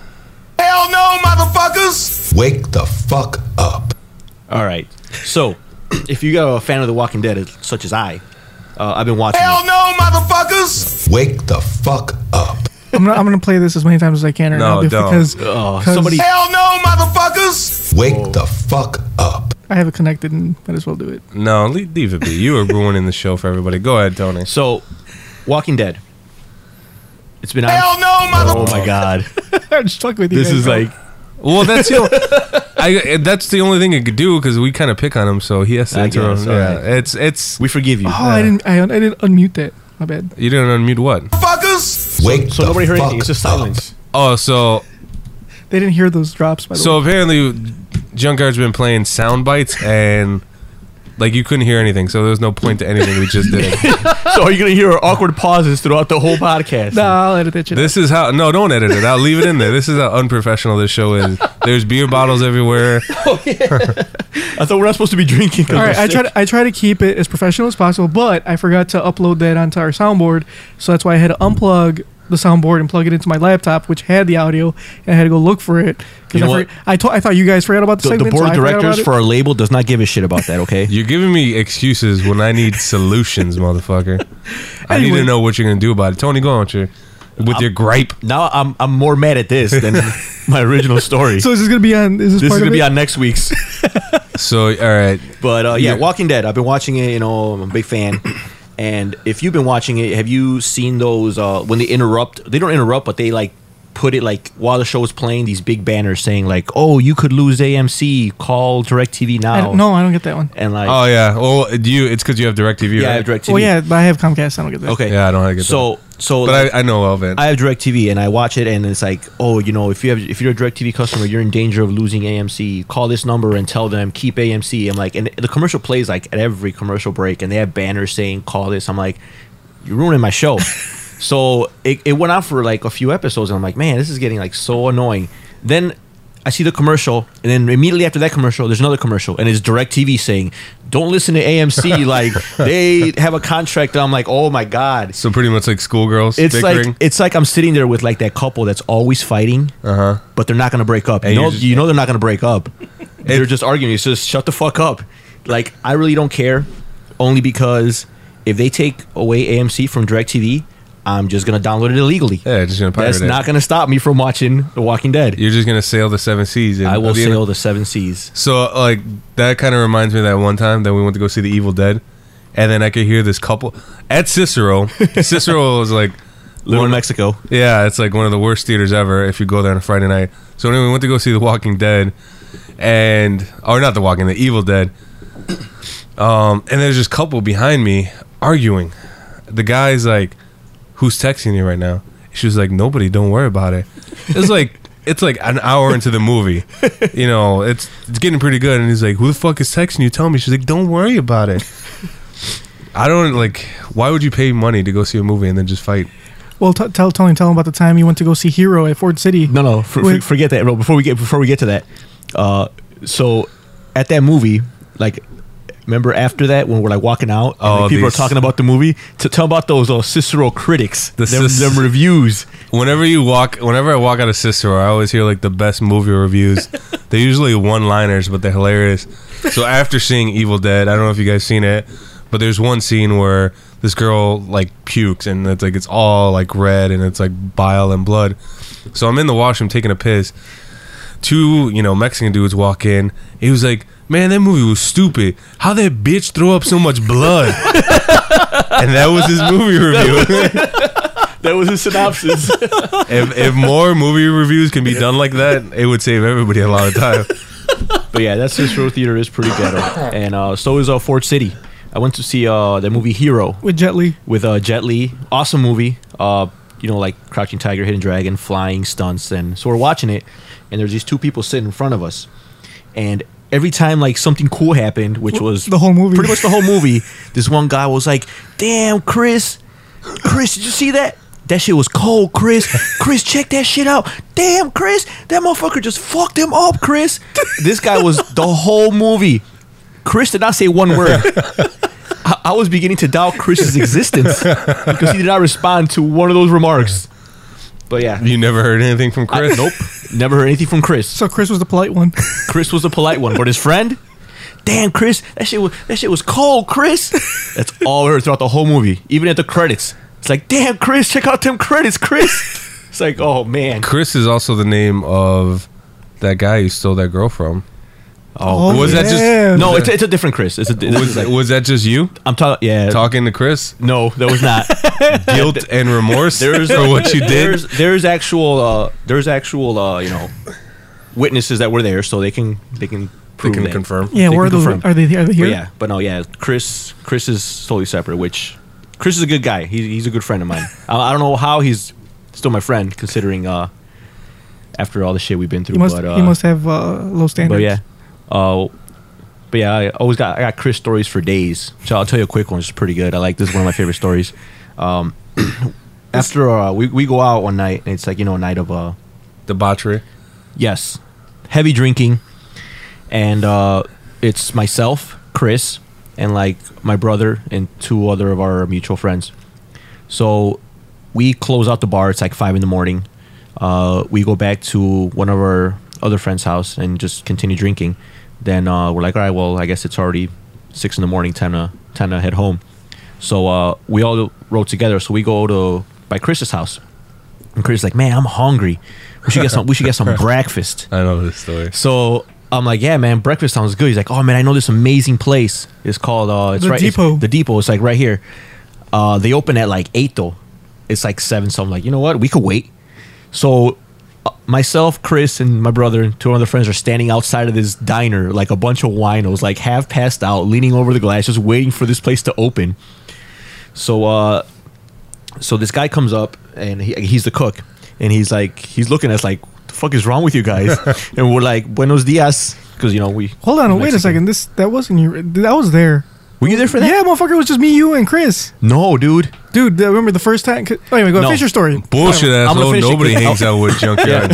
Speaker 2: Hell no, motherfuckers! Wake the fuck up.
Speaker 5: All right. So, if you are a fan of The Walking Dead, as- such as I, uh, I've been watching.
Speaker 2: Hell no, motherfuckers! Wake the fuck up.
Speaker 3: I'm not, I'm gonna play this as many times as I can right
Speaker 4: No,
Speaker 3: now
Speaker 4: don't.
Speaker 3: because
Speaker 5: Oh,
Speaker 3: 'cause
Speaker 5: somebody-
Speaker 2: Hell no, motherfuckers! Wake the fuck up.
Speaker 3: I have it connected and might as well do it. *laughs*
Speaker 4: No, le- leave it be. You are ruining the show for everybody. Go ahead, Tony.
Speaker 5: So, Walking Dead. It's been
Speaker 2: Hell
Speaker 5: out.
Speaker 2: no, motherfuckers!
Speaker 5: Oh
Speaker 4: *laughs*
Speaker 5: my God!
Speaker 3: I'm just fucking with you.
Speaker 5: This
Speaker 3: guys,
Speaker 5: is
Speaker 3: bro.
Speaker 5: like
Speaker 4: Well, that's the *laughs* I, eh, that's the only thing it could do because we kind of pick on him, so he has to
Speaker 5: I
Speaker 4: enter.
Speaker 5: guess,
Speaker 4: him.
Speaker 5: all
Speaker 4: Yeah,
Speaker 5: right.
Speaker 4: it's it's
Speaker 5: we forgive you.
Speaker 3: Oh, I didn't. I, un- I didn't unmute that. My bad.
Speaker 4: you didn't unmute what?
Speaker 2: Motherfuckers! Wake
Speaker 5: so nobody heard anything. It's just silence.
Speaker 4: Oh, so
Speaker 3: They didn't hear those drops. By the
Speaker 4: so
Speaker 3: way.
Speaker 4: apparently, Junkyard's been playing sound bites and like you couldn't hear anything, so there was no point to anything we just *laughs* did.
Speaker 5: so are you gonna hear awkward pauses throughout the whole podcast?
Speaker 3: Nah, I'll edit that shit.
Speaker 4: this is how no, don't edit it. I'll leave it in there. This is how unprofessional this show is. There's beer bottles everywhere.
Speaker 5: I thought we're not supposed to be drinking. 'cause
Speaker 3: All
Speaker 5: we're
Speaker 3: right, I
Speaker 5: sick.
Speaker 3: try to I try to keep it as professional as possible, but I forgot to upload that onto our soundboard, so that's why I had to unplug the soundboard and plug it into my laptop, which had the audio, and I had to go look for it
Speaker 5: You
Speaker 3: because
Speaker 5: know
Speaker 3: I,
Speaker 5: what?
Speaker 3: forg- I, to- I thought you guys forgot about the
Speaker 5: The, the
Speaker 3: segment. so
Speaker 5: board
Speaker 3: I
Speaker 5: of
Speaker 3: forgot
Speaker 5: directors
Speaker 3: about
Speaker 5: for our label does not give a shit about that. Okay.
Speaker 4: You're giving me excuses
Speaker 5: *laughs*
Speaker 4: when I need solutions, motherfucker. I need to
Speaker 3: Anyway.
Speaker 4: know what you're gonna do about it. Tony, go on with your,
Speaker 3: it.
Speaker 4: with your gripe.
Speaker 5: Now I'm I'm more mad at this
Speaker 4: *laughs*
Speaker 5: than my original story.
Speaker 3: So is this gonna be on? Is this,
Speaker 5: this is
Speaker 3: part
Speaker 5: gonna
Speaker 3: of
Speaker 5: be
Speaker 3: it?
Speaker 5: on next week's.
Speaker 4: So all right,
Speaker 5: But uh,
Speaker 4: Yeah.
Speaker 5: yeah, Walking Dead. I've been watching it. You know, I'm a big fan.
Speaker 4: *clears throat*
Speaker 5: And if you've been watching it, have you seen those uh, when they interrupt? They don't interrupt, but they like put it like while the show is playing these big banners saying like, "Oh, you could lose AMC. Call Directv now."
Speaker 3: I don't- no, I don't get that one.
Speaker 5: And like,
Speaker 4: oh yeah. Well, do you? It's because you have Directv.
Speaker 5: yeah, I
Speaker 4: right? Oh,
Speaker 5: have Directv.
Speaker 3: Well, yeah, but I have Comcast. I don't get that.
Speaker 5: Okay.
Speaker 4: Yeah, I don't know how to get
Speaker 5: so so.
Speaker 4: But I, I know of it.
Speaker 5: I have DirecTV and I watch it and it's like, oh, you know, if you have if you're a DirecTV customer, you're in danger of losing AMC. Call this number and tell them keep AMC. I'm like, and the commercial plays like at every commercial break, and they have banners saying call this. I'm like, you're ruining my show. so it, it went on for like a few episodes, and I'm like, man, this is getting like so annoying. Then I see the commercial, and then immediately after that commercial, there's another commercial, and it's DirecTV saying, "Don't listen to AMC. like they have a contract." And I'm like, oh my god.
Speaker 4: so pretty much like schoolgirls
Speaker 5: It's
Speaker 4: bickering.
Speaker 5: like it's like I'm sitting there with like that couple that's always fighting,
Speaker 4: Uh-huh.
Speaker 5: but they're not gonna break up.
Speaker 4: And
Speaker 5: you know,
Speaker 4: you're just-
Speaker 5: you know they're not gonna break
Speaker 4: *laughs*
Speaker 5: up. they're just arguing. It's just shut the fuck up. Like I really don't care, only because if they take away AMC from Directv, I'm just gonna download it illegally.
Speaker 4: yeah, just gonna pirate
Speaker 5: that's
Speaker 4: it.
Speaker 5: not gonna stop me from watching The Walking Dead.
Speaker 4: You're just gonna sail the seven seas. And
Speaker 5: I will
Speaker 4: at the end-
Speaker 5: sail the seven seas.
Speaker 4: So uh, like that kind of reminds me of that one time that we went to go see The Evil Dead, and then I could hear this couple at
Speaker 5: *laughs*
Speaker 4: Cicero. Cicero was like,
Speaker 5: Little
Speaker 4: One-
Speaker 5: Mexico.
Speaker 4: yeah, it's like one of the worst theaters ever if you go there on a Friday night. So anyway, we went to go see The Walking Dead, and or not The Walking, The Evil Dead. Um, and there's this couple behind me arguing. The guy's like, "Who's texting you right now?" She was like, "Nobody. Don't worry about it." It's like *laughs* it's like an hour into the movie, you know. It's it's getting pretty good, and he's like, "Who the fuck is texting you? Tell me." She's like, "Don't worry about it." I don't like. Why would you pay money to go see a movie and then just fight?
Speaker 3: Well, t- tell Tony, tell him about the time you went to go see Hero at Ford City.
Speaker 5: No, no, for,
Speaker 3: Wait.
Speaker 5: for, forget that. Bro, before we get before we get to that, uh, so at that movie, like, remember after that when we're like walking out, and,
Speaker 4: Oh,
Speaker 5: like, people
Speaker 4: these-
Speaker 5: are talking about the movie. To tell about those uh, Cicero critics,
Speaker 4: The
Speaker 5: them,
Speaker 4: Cis-
Speaker 5: them reviews.
Speaker 4: Whenever you walk, whenever I walk out of Cicero, I always hear like the best movie reviews. they're usually one-liners, but they're hilarious. So after seeing Evil Dead, I don't know if you guys seen it, but there's one scene where this girl like pukes, and it's like it's all like red, and it's like bile and blood. So I'm in the washroom taking a piss. Two, you know, Mexican dudes walk in. He was like, "Man, that movie was stupid. How that bitch throw up so much blood." and that was his movie review.
Speaker 5: That was a synopsis.
Speaker 4: *laughs* if, if more movie reviews can be done like that, it would save everybody a lot of time.
Speaker 5: but yeah, that Cicero theater is pretty ghetto, and uh, so is uh, Fort City. I went to see uh, the movie Hero
Speaker 3: With Jet Li.
Speaker 5: with uh, Jet Li. Awesome movie. Uh, you know, like Crouching Tiger, Hidden Dragon, flying stunts, and so we're watching it, and there's these two people sitting in front of us, and every time like something cool happened, which was
Speaker 3: the whole movie.
Speaker 5: pretty much the
Speaker 3: *laughs*
Speaker 5: whole movie, this one guy was like, "Damn, Chris, Chris, did you see that?" That shit was cold, Chris. Chris, check that shit out. Damn, Chris, that motherfucker just fucked him up, Chris. This guy was the whole movie. Chris did not say one word. I, I was beginning to doubt
Speaker 4: *laughs*
Speaker 5: Chris's existence because he did not respond to one of those remarks. But yeah,
Speaker 4: You never heard anything from
Speaker 5: I-
Speaker 4: Chris?
Speaker 5: nope, never heard anything from Chris.
Speaker 3: So Chris was the polite
Speaker 5: *laughs*
Speaker 3: one.
Speaker 5: Chris was the polite one, but his friend, damn Chris, that shit was that shit was cold, Chris. That's all we heard throughout the whole movie, even at the credits. It's like, damn Chris, check out them credits, Chris. It's like, oh man,
Speaker 4: Chris is also the name of that guy you stole that girl from.
Speaker 3: Oh,
Speaker 4: was that
Speaker 3: yeah.
Speaker 4: just
Speaker 5: no, it's, it's a different Chris. It's a this
Speaker 4: Was,
Speaker 5: is like-
Speaker 4: was that just you
Speaker 5: I'm talking, yeah,
Speaker 4: talking to
Speaker 5: *laughs*
Speaker 4: Chris?
Speaker 5: no, that was not.
Speaker 4: *laughs* Guilt and remorse
Speaker 5: There's
Speaker 4: for what you
Speaker 5: There's
Speaker 4: did.
Speaker 5: there's actual uh, there's actual uh, you know witnesses that were there, so they can they can
Speaker 4: We
Speaker 5: prove
Speaker 4: can
Speaker 5: that.
Speaker 4: confirm.
Speaker 3: Yeah,
Speaker 5: They
Speaker 3: where are
Speaker 5: can
Speaker 3: those?
Speaker 5: confirm.
Speaker 3: Are they? Are they
Speaker 5: But
Speaker 3: here?
Speaker 5: yeah, but no, yeah. Chris, Chris is totally separate. Which Chris is a good guy. He's he's a good friend of mine. I, I don't know how he's still my friend, considering uh, after all the shit we've been through.
Speaker 3: He must.
Speaker 5: but uh,
Speaker 3: he must have uh, low standards.
Speaker 5: but yeah, uh, but yeah, I always got I got Chris stories for days. So I'll tell you a quick one. It's pretty good. I like this. Is one of my favorite stories. Um, *coughs* after uh, we we go out one night, and it's like you know a night of uh,
Speaker 4: Debauchery.
Speaker 5: Yes. Heavy drinking. And uh, it's myself, Chris, and like my brother and two other of our mutual friends. So we close out the bar. It's like five in the morning. Uh, we go back to one of our other friend's house and just continue drinking. Then uh, we're like, all right, well, I guess it's already six in the morning. Time to time to head home. So uh, we all rode together. So we go to by Chris's house And Curtis like, man, I'm hungry. We should get some. We should get some breakfast.
Speaker 4: I know this story.
Speaker 5: So I'm like, yeah, man, breakfast sounds good. He's like, oh man, I know this amazing place. It's called uh, it's
Speaker 3: The
Speaker 5: right, it's-
Speaker 3: Depot.
Speaker 5: the depot. It's like right here. Uh, they open at like eight though. It's like seven. So I'm like, you know what? We could wait. So uh, myself, Chris, and my brother and two other friends are standing outside of this diner, like a bunch of winos, like half passed out, leaning over the glass, just waiting for this place to open. So uh, so this guy comes up and he, he's the cook and he's like he's looking at us like what the fuck is wrong with
Speaker 3: *laughs*
Speaker 5: you guys and we're like buenos dias because you know we
Speaker 3: Hold on, wait a
Speaker 5: Mexican.
Speaker 3: second. This that wasn't you. That was there.
Speaker 5: were you there for that
Speaker 3: Yeah, motherfucker, it was just me, you, and Chris.
Speaker 5: no dude *laughs*
Speaker 3: Dude, that- remember the first time? Oh, anyway, go
Speaker 5: No.
Speaker 3: finish your story.
Speaker 4: Bullshit
Speaker 5: I'm gonna
Speaker 4: asshole.
Speaker 5: finish it, Oh.
Speaker 4: Nobody
Speaker 5: 'cause-
Speaker 4: hangs out with
Speaker 5: *laughs*
Speaker 4: junkyard.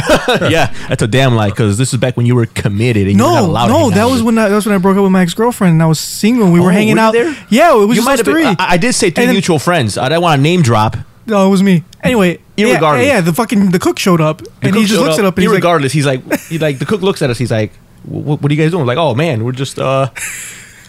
Speaker 5: yeah that's a damn lie because this is back when you were committed and you were not
Speaker 3: No,
Speaker 5: allowed
Speaker 3: no,
Speaker 5: to hang
Speaker 3: that
Speaker 5: out
Speaker 3: was
Speaker 5: with-
Speaker 3: when I, that was when I broke up with my ex girlfriend, and I was single. and We
Speaker 5: Oh,
Speaker 3: were hanging
Speaker 5: were you
Speaker 3: out.
Speaker 5: there?
Speaker 3: Yeah, it was
Speaker 5: you
Speaker 3: just us
Speaker 5: might have been, uh,
Speaker 3: three.
Speaker 5: I, I did say three
Speaker 3: And then-
Speaker 5: mutual friends i didn't want to name drop
Speaker 3: No, it was me. Anyway, yeah,
Speaker 5: Irregardless.
Speaker 3: yeah, the fucking the cook showed up,
Speaker 5: The
Speaker 3: and
Speaker 5: cook
Speaker 3: he just
Speaker 5: showed
Speaker 3: looks it up, and he's like,
Speaker 5: irregardless he's like he like the cook looks at us he's like what, what are you guys doing like oh man we're just uh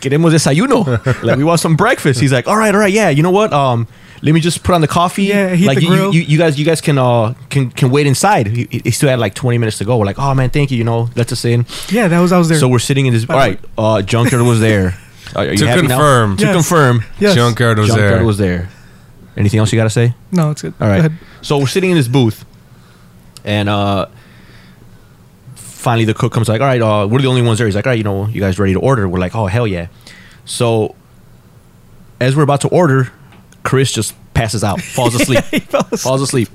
Speaker 5: queremos desayuno like we want some breakfast he's like all right all right yeah you know what um let me just put on the coffee
Speaker 3: Yeah, heat
Speaker 5: like
Speaker 3: the
Speaker 5: you, you-
Speaker 3: grill.
Speaker 5: You, you guys you guys can uh can can wait inside he, he still had like 20 minutes to go we're like oh man thank you you know let us in
Speaker 3: "Yeah, that was I was there."
Speaker 5: so we're sitting in this
Speaker 3: the
Speaker 5: all right uh junkyard was there
Speaker 4: *laughs*
Speaker 5: Are- are you
Speaker 4: To
Speaker 5: happy now?
Speaker 4: confirm.
Speaker 5: to
Speaker 3: Yes.
Speaker 5: confirm
Speaker 3: Yes.
Speaker 4: Junkyard was
Speaker 5: junkyard
Speaker 4: there.
Speaker 5: was there anything else you gotta say
Speaker 3: no, it's good.
Speaker 5: all
Speaker 3: Go
Speaker 5: right.
Speaker 3: ahead.
Speaker 5: So we're sitting in this booth, and uh, finally the cook comes like, "All right, uh, we're the only ones there." He's like, "All right, you know, you guys ready to order?" We're like, "Oh hell yeah!" So as we're about to order, Chris just passes
Speaker 3: *laughs*
Speaker 5: out, falls asleep,
Speaker 3: fell asleep.
Speaker 5: falls asleep.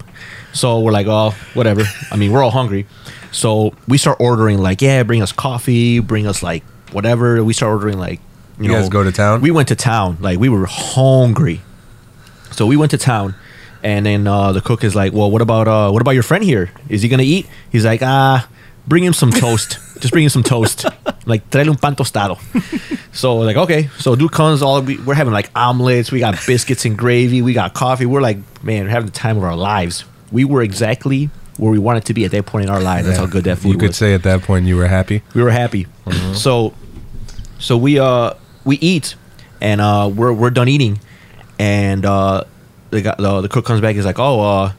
Speaker 5: So we're like, "Oh, whatever." I mean, we're all hungry, so we start ordering like, "Yeah, bring us coffee, bring us like whatever." We start ordering like, you,
Speaker 4: You
Speaker 5: know,
Speaker 4: guys go to town?
Speaker 5: We went to town, like we were hungry. So we went to town, and then uh, the cook is like, "Well, what about uh, what about your friend here? Is he gonna eat?" He's like, "Ah, bring him some toast. *laughs* Just bring him some toast. like, tráele un pan tostado." *laughs* so like, okay. So dude comes, all we, we're having like omelets, we got biscuits and gravy, we got coffee. We're like, man, we're having the time of our lives. We were exactly where we wanted to be at that point in our lives. That's how good that food
Speaker 4: You could
Speaker 5: was
Speaker 4: say at that point you were happy.
Speaker 5: we were happy. So, so we uh we eat, and uh we're we're done eating, and uh the guy, the, the cook comes back. He's like, oh uh.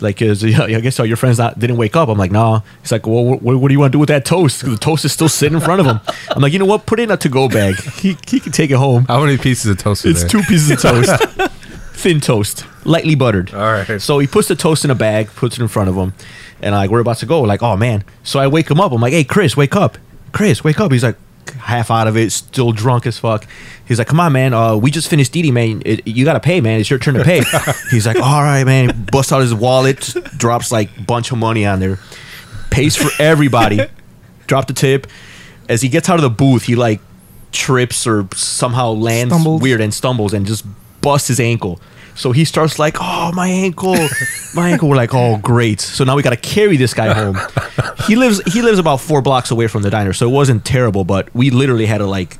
Speaker 5: Like, is, *laughs* yeah, I guess all your friends not, didn't wake up. I'm like, no. He's like, well, what, what do you want to do with that toast? 'Cause the toast is still sitting in front of him. I'm like, you know what? Put it in a to-go bag. He, he can take it home.
Speaker 4: How many pieces of toast? were
Speaker 5: It's
Speaker 4: there?
Speaker 5: two pieces of toast.
Speaker 4: *laughs*
Speaker 5: Thin toast, lightly buttered.
Speaker 4: All right.
Speaker 5: So he puts the toast in a bag, puts it in front of him, and like we're about to go. Like, oh man. So I wake him up. I'm like, hey, Chris, wake up. Chris, wake up. He's like half out of it, still drunk as fuck. He's like, come on, man. Uh, we just finished eating, man. It, you gotta pay, man. It's your turn
Speaker 4: *laughs*
Speaker 5: to pay. He's like, all right, man. Busts out his wallet, just drops like bunch of money on there, pays for everybody. Drop the tip. As he gets out of the booth, he like trips or somehow lands
Speaker 3: Stumbles.
Speaker 5: weird and stumbles and just busts his ankle. So he starts like, "Oh, my ankle, my ankle." We're like, "Oh, great!" So now we got to carry this guy home. He lives he lives about four blocks away from the diner, so it wasn't terrible, but we literally had to like,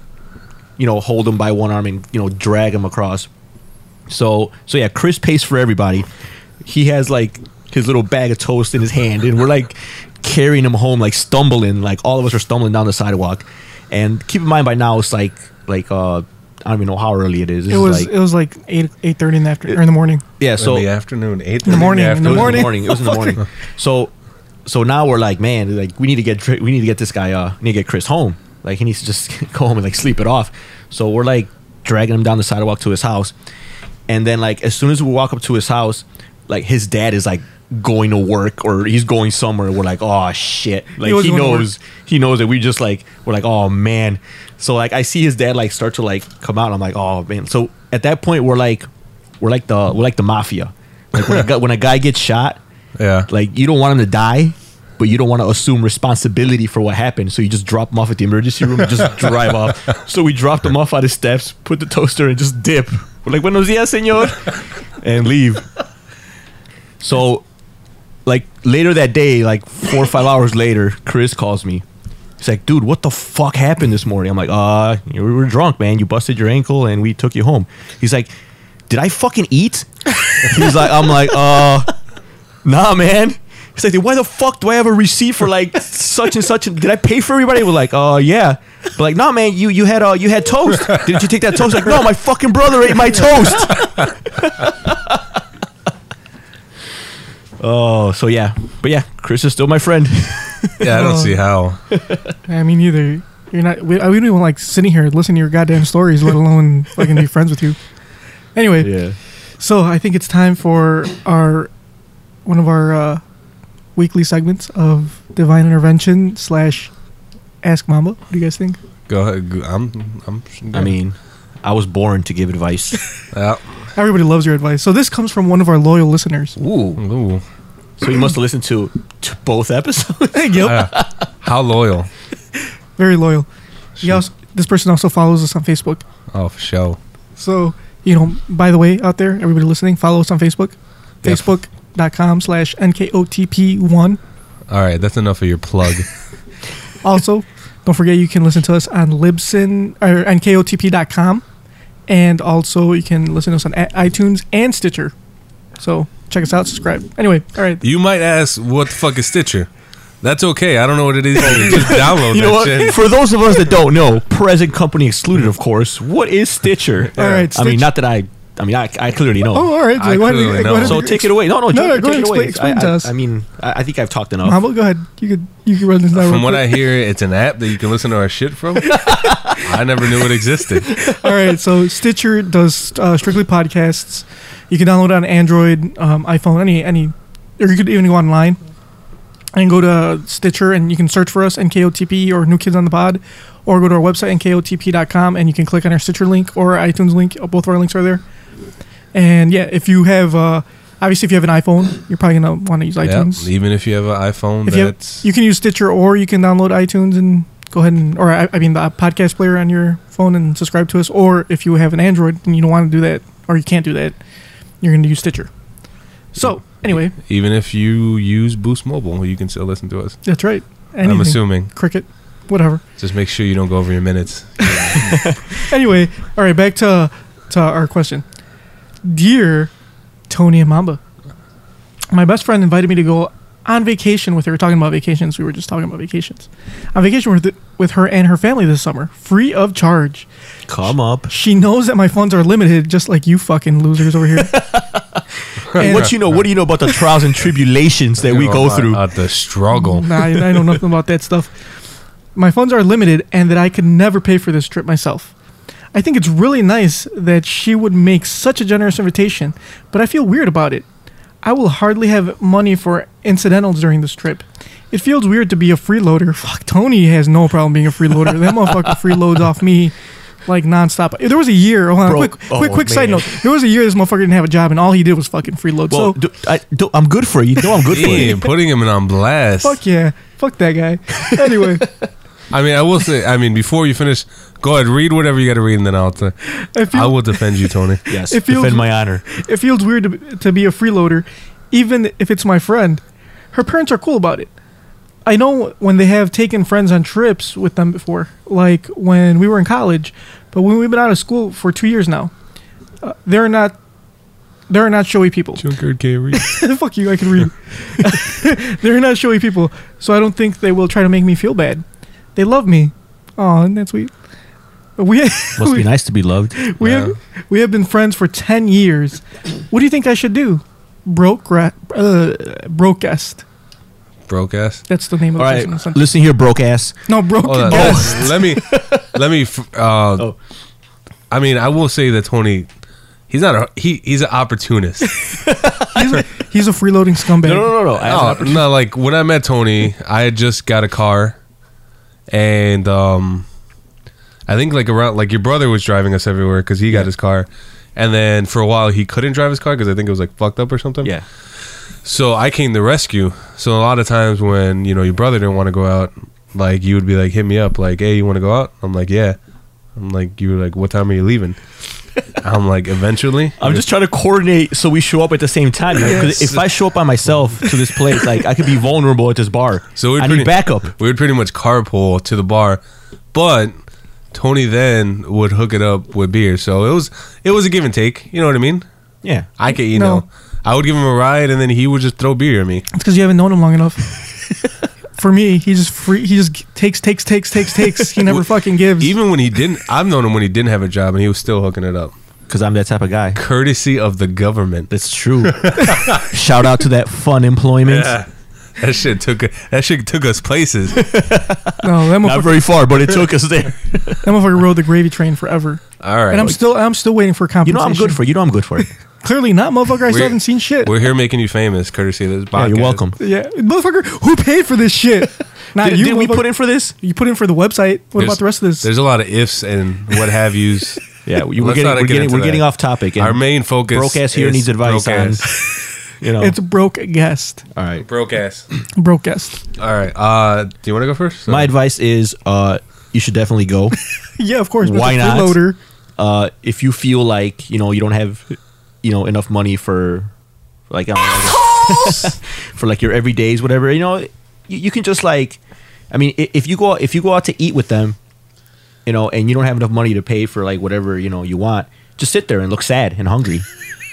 Speaker 5: you know, hold him by one arm and you know drag him across. So so yeah, Chris pays for everybody. He has like his little bag of toast in his hand, and we're like carrying him home, like stumbling, like all of us are stumbling down the sidewalk. And keep in mind, by now it's like like uh I don't even know how early it is. This
Speaker 3: It
Speaker 5: is,
Speaker 3: was
Speaker 5: like,
Speaker 3: it was like eight eight thirty in the afternoon or in the morning.
Speaker 5: yeah.
Speaker 4: In
Speaker 5: So
Speaker 4: the afternoon, eight
Speaker 3: the morning, in the
Speaker 5: it was
Speaker 3: morning.
Speaker 5: It was
Speaker 3: *laughs*
Speaker 5: in the morning. So so now we're like, man, like we need to get Dr- we need to get this guy uh we need to get Chris home. Like he needs to just *laughs* go home and like sleep it off. So we're like dragging him down the sidewalk to his house. And then like as soon as we walk up to his house, like his dad is like going to work or he's going somewhere. We're like, oh shit. Like
Speaker 3: was
Speaker 5: he
Speaker 3: going to work.
Speaker 5: knows he knows that we just like we're like oh man so like i see his dad like start to like come out and i'm like oh man so at that point we're like we're like the we're like the mafia like when a, guy, *laughs* when a guy gets shot
Speaker 4: Yeah.
Speaker 5: like you don't want him to die but you don't want to assume responsibility for what happened so you just drop him off at the emergency room and just drive off so we dropped him off on his steps put the toaster and just dip we're like buenos dias senor and leave so like later that day, like four or five hours later, Chris calls me. He's like, dude, what the fuck happened this morning? I'm like, uh, you were drunk, man. You busted your ankle and we took you home. He's like, did I fucking eat? *laughs* He's like, I'm like, uh, nah, man. He's like, dude, why the fuck do I have a receipt for like such and such? Did I pay for everybody? We're like, uh, yeah. But like, nah, man, you you had uh, you had toast. Didn't you take that toast? Like, no, my fucking brother ate my toast. Oh, so yeah, but yeah, Chris is still my friend.
Speaker 4: Yeah, I don't
Speaker 3: Oh.
Speaker 4: see how.
Speaker 3: I mean, either you're not. We, I- we don't even like sitting here listening to your goddamn stories, let alone fucking be friends with you. Anyway, so I think it's time for our one of our uh, weekly segments of divine intervention slash ask Mamba. What do you guys think?
Speaker 4: Go ahead. go- I'm. I'm.
Speaker 5: I mean, I was born to
Speaker 3: *laughs*
Speaker 5: give advice.
Speaker 4: Yeah.
Speaker 3: Everybody loves your advice. So this comes from one of our loyal listeners.
Speaker 5: Ooh,
Speaker 4: Ooh.
Speaker 5: so you must have listened to, to both episodes. *laughs*
Speaker 3: yep,
Speaker 4: How loyal?
Speaker 3: very loyal. He also, this person also follows us on Facebook.
Speaker 4: Oh, for sure.
Speaker 3: So, you know, by the way, out there, everybody listening, follow us on Facebook.
Speaker 4: Yep.
Speaker 3: Facebook.com slash NKOTP1.
Speaker 4: All right, that's enough of your plug.
Speaker 3: Also, don't forget you can listen to us on Libsyn or NKOTP.com. And also, you can listen to us on i- iTunes and Stitcher. So, check us out, subscribe. Anyway, all right.
Speaker 4: you might ask, what the fuck is Stitcher? That's okay. I don't know what it is.
Speaker 5: *laughs*
Speaker 4: either. Just download
Speaker 5: You
Speaker 4: that
Speaker 5: know what?
Speaker 4: shit.
Speaker 5: For those of us that don't know, present company excluded, of course. What is Stitcher?
Speaker 3: *laughs* All right,
Speaker 5: I mean,
Speaker 3: Stitch-
Speaker 5: not that I. I mean, I, I clearly know.
Speaker 3: Oh, all right.
Speaker 4: I
Speaker 3: why did-
Speaker 4: clearly
Speaker 3: why
Speaker 4: know.
Speaker 3: did-
Speaker 5: So take it away. No, no,
Speaker 3: No,
Speaker 5: Joe,
Speaker 3: no, go
Speaker 5: take
Speaker 3: ahead,
Speaker 5: it
Speaker 3: explain-
Speaker 5: away.
Speaker 3: explain
Speaker 5: I,
Speaker 3: to
Speaker 5: I-
Speaker 3: us.
Speaker 5: I mean, I, I think I've talked enough.
Speaker 3: Mamba, go ahead. You could you could run this down. real
Speaker 4: From what I
Speaker 3: quick.
Speaker 4: hear, it's an app that you can listen to our shit
Speaker 5: *laughs*
Speaker 4: from. I never knew it existed.
Speaker 3: All right, so Stitcher does uh, strictly podcasts. You can download it on Android, um, iPhone, any any, or you could even go online and go to Stitcher and you can search for us NKOTP or New Kids on the Pod, or go to our website nkotp.com and you can click on our Stitcher link or our iTunes link. Uh, Both of our links are there. And yeah, if you have uh, obviously if you have an iPhone, you're probably gonna want to use
Speaker 4: Yeah,
Speaker 3: iTunes.
Speaker 4: even if you have an iPhone,
Speaker 3: if you, have,
Speaker 4: that's
Speaker 3: you can use Stitcher or you can download iTunes and go ahead and, or I, I mean, the podcast player on your phone and subscribe to us. Or if you have an Android and you don't want to do that, or you can't do that, you're going to use Stitcher. So, anyway,
Speaker 4: even if you use Boost Mobile, you can still listen to us.
Speaker 3: that's right. Anything,
Speaker 4: I'm assuming.
Speaker 3: Cricket, whatever.
Speaker 4: Just make sure you don't go over your minutes.
Speaker 3: Anyway, all right, back to, to our question. Dear Tony and Mamba, my best friend invited me to go on vacation with her. We're talking about vacations. We were just talking about vacations. On vacation with, with her and her family this summer, free of charge.
Speaker 5: Come up.
Speaker 3: She knows that my funds are limited, just like you fucking losers over here. And-
Speaker 5: What you know? What do you know about the trials and tribulations that we go
Speaker 4: About-
Speaker 5: through?
Speaker 4: about the
Speaker 5: *laughs*
Speaker 4: struggle.
Speaker 3: Nah, I, I know nothing about that stuff. My funds are limited, and that I could never pay for this trip myself. I think it's really nice that she would make such a generous invitation, but I feel weird about it. I will hardly have money for incidentals during this trip. It feels weird to be a freeloader. Fuck, Tony has no problem being a freeloader. that
Speaker 5: *laughs*
Speaker 3: motherfucker freeloads off me like nonstop. There was a year. Hold on,
Speaker 5: Bro,
Speaker 3: quick,
Speaker 5: oh,
Speaker 3: quick, quick side
Speaker 5: man.
Speaker 3: note. There was a year this motherfucker didn't have a job, and all he did was fucking freeload. so
Speaker 5: Well, do, I, do, I'm good for you. No, I'm good for you.
Speaker 4: Damn, putting him on blast.
Speaker 3: fuck yeah, fuck that
Speaker 5: *laughs*
Speaker 3: guy. Anyway.
Speaker 4: I mean, I will say, I mean, before you finish, go ahead, read whatever you got to read, and then I'll. T-
Speaker 3: If you-
Speaker 4: I will defend you, Tony.
Speaker 5: *laughs* Yes,
Speaker 3: It feels-
Speaker 5: defend
Speaker 3: *laughs*
Speaker 5: my honor.
Speaker 3: It feels weird to, to be a freeloader, even if it's my friend. Her parents are cool about it. I know when they have taken friends on trips with them before, like when we were in college, but when we've been out of school for two years now, uh, they're not. They're not showy people.
Speaker 4: Junker can't
Speaker 3: *laughs*
Speaker 4: read.
Speaker 3: Fuck you, I can read. *laughs* they're not showy people, so I don't think they will try to make me feel bad. They love me. Oh, isn't that sweet? We *laughs*
Speaker 5: Must
Speaker 3: we-
Speaker 5: be nice to
Speaker 3: *laughs*
Speaker 5: be loved.
Speaker 3: we have we have been friends for ten years. What do you think I should do? Broke gra- uh, brokest.
Speaker 4: Broke ass.
Speaker 3: That's the name of
Speaker 5: All
Speaker 3: the
Speaker 5: right,
Speaker 3: person.
Speaker 5: listen here, broke ass.
Speaker 3: No, broke
Speaker 4: Hold on.
Speaker 5: *laughs*
Speaker 3: guest.
Speaker 4: Oh, let me, let me. f- Uh,
Speaker 5: Oh.
Speaker 4: I mean, I will say that Tony, he's not a he. He's an opportunist.
Speaker 3: He's, a, he's a freeloading scumbag.
Speaker 5: No, no, no, no. *laughs* I have an
Speaker 4: no,
Speaker 5: opportunity-
Speaker 4: no, like when I met Tony, I had just got a car, and um, I think like around like your brother was driving us everywhere because he got his car, and then for a while he couldn't drive his car because I think it was like fucked up or something.
Speaker 5: Yeah,
Speaker 4: So I came to rescue. So a lot of times when you know your brother didn't want to go out, like you would be like, hit me up, like, hey, you want to go out? I'm like, yeah. I'm like, you were like, what time are you
Speaker 5: *laughs*
Speaker 4: leaving? I'm like, eventually.
Speaker 5: I'm just trying to coordinate so we show up at the same time. you know, 'cause if I show up by myself to this place, like I could be vulnerable at this bar.
Speaker 4: So we
Speaker 5: I
Speaker 4: pretty,
Speaker 5: need backup.
Speaker 4: We would pretty much carpool to the bar, but Tony then would hook it up with beer. So it was it was a give and take. You know what I mean?
Speaker 5: Yeah,
Speaker 4: I could you
Speaker 3: No.
Speaker 4: know I would give him a ride, and then he would just throw beer at me.
Speaker 3: It's because you haven't known him long
Speaker 5: *laughs*
Speaker 3: enough. For me, he just free. He just takes, takes,
Speaker 5: *laughs*
Speaker 3: takes, takes, takes. He never fucking gives.
Speaker 4: Even when he didn't, I've known him when he didn't have a job, and he was still hooking it up.
Speaker 5: because I'm that type of guy.
Speaker 4: Courtesy of the government.
Speaker 5: That's true.
Speaker 4: *laughs*
Speaker 5: Shout out to that fun employment.
Speaker 4: Yeah. *laughs* That shit took that shit took us places.
Speaker 3: No, that
Speaker 5: Not
Speaker 3: motherfucker,
Speaker 5: very far, but it took us there.
Speaker 3: that motherfucker rode the gravy train forever.
Speaker 4: *laughs* All right.
Speaker 3: And I'm still I'm still waiting for
Speaker 5: You
Speaker 3: compensation.
Speaker 5: know I'm good for. it. You know I'm good for
Speaker 4: *laughs*
Speaker 5: it.
Speaker 3: Clearly not, motherfucker. I still
Speaker 4: We're-
Speaker 3: haven't seen shit.
Speaker 4: We're here making you famous, courtesy of this
Speaker 5: Yeah,
Speaker 4: podcast.
Speaker 5: you're welcome.
Speaker 3: Yeah, motherfucker, who paid for this
Speaker 5: *laughs*
Speaker 3: shit? Not
Speaker 5: Did,
Speaker 3: you.
Speaker 5: did we
Speaker 3: motherfucker.
Speaker 5: put in for this?
Speaker 3: You put in for the website. What
Speaker 4: There's-
Speaker 3: about the rest of this?
Speaker 4: There's a lot of ifs and what have yous.
Speaker 5: *laughs* Yeah, we- we're
Speaker 4: Let's
Speaker 5: getting,
Speaker 4: not
Speaker 5: we're
Speaker 4: get
Speaker 5: getting,
Speaker 4: into
Speaker 5: we're
Speaker 4: that.
Speaker 5: getting off topic. and
Speaker 4: Our main focus.
Speaker 5: broke ass here
Speaker 4: is
Speaker 5: needs advice
Speaker 4: broke
Speaker 5: on.
Speaker 4: ass.
Speaker 5: You know,
Speaker 3: It's broke guest.
Speaker 5: all right.
Speaker 4: broke ass.
Speaker 3: Broke guest.
Speaker 4: All right. Uh, do you want to go first?
Speaker 5: My advice is uh, you should definitely go.
Speaker 3: Yeah, of course. but
Speaker 5: Why
Speaker 3: the
Speaker 5: not?
Speaker 3: freeloader-
Speaker 5: Uh, if you feel like you know you don't have you know enough money for like I don't know, like- *laughs* for like your everydays whatever you know you, you can just like I mean i- if you go out, if you go out to eat with them you know and you don't have enough money to pay for like whatever you know you want just sit there and look sad and hungry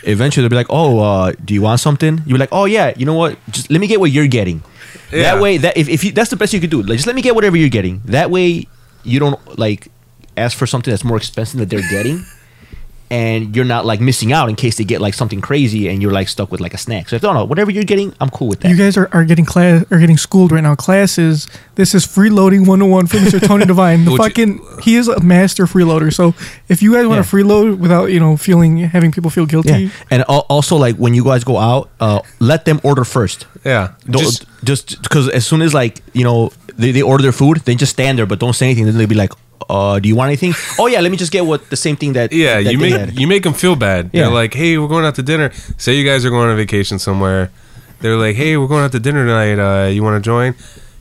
Speaker 5: eventually they'll be like oh uh, do you want something you're like oh yeah you know what just let me get what you're getting
Speaker 4: Yeah.
Speaker 5: that way that if, if you, that's the best you could do like, just let me get whatever you're getting that way you don't like ask for something that's more expensive that they're getting and you're not like missing out in case they get like something crazy and you're like stuck with like a snack so if no no whatever you're getting i'm cool with that
Speaker 3: You guys are, are getting class are getting schooled right now. Classes. This is freeloading 101 for Mr.
Speaker 5: *laughs*
Speaker 3: Tony Devine. The
Speaker 4: Would you-
Speaker 3: fucking he is a master freeloader. So if you guys want
Speaker 5: Yeah.
Speaker 3: to freeload without you know feeling having people feel guilty,
Speaker 5: yeah and al- also like when you guys go out uh let them order first
Speaker 4: Yeah.
Speaker 5: don't
Speaker 4: Just-
Speaker 5: just because as soon as like you know they, they order their food they just stand there but don't say anything then they'll be like uh do you want anything oh yeah let me just get what the same thing that
Speaker 4: yeah.
Speaker 5: that
Speaker 4: You
Speaker 5: they
Speaker 4: make
Speaker 5: had.
Speaker 4: you make them feel bad.
Speaker 5: Yeah.
Speaker 4: They're like, hey, we're going out to dinner. Say you guys are going on vacation somewhere. They're like, hey, we're going out to dinner tonight. Uh, you want to join?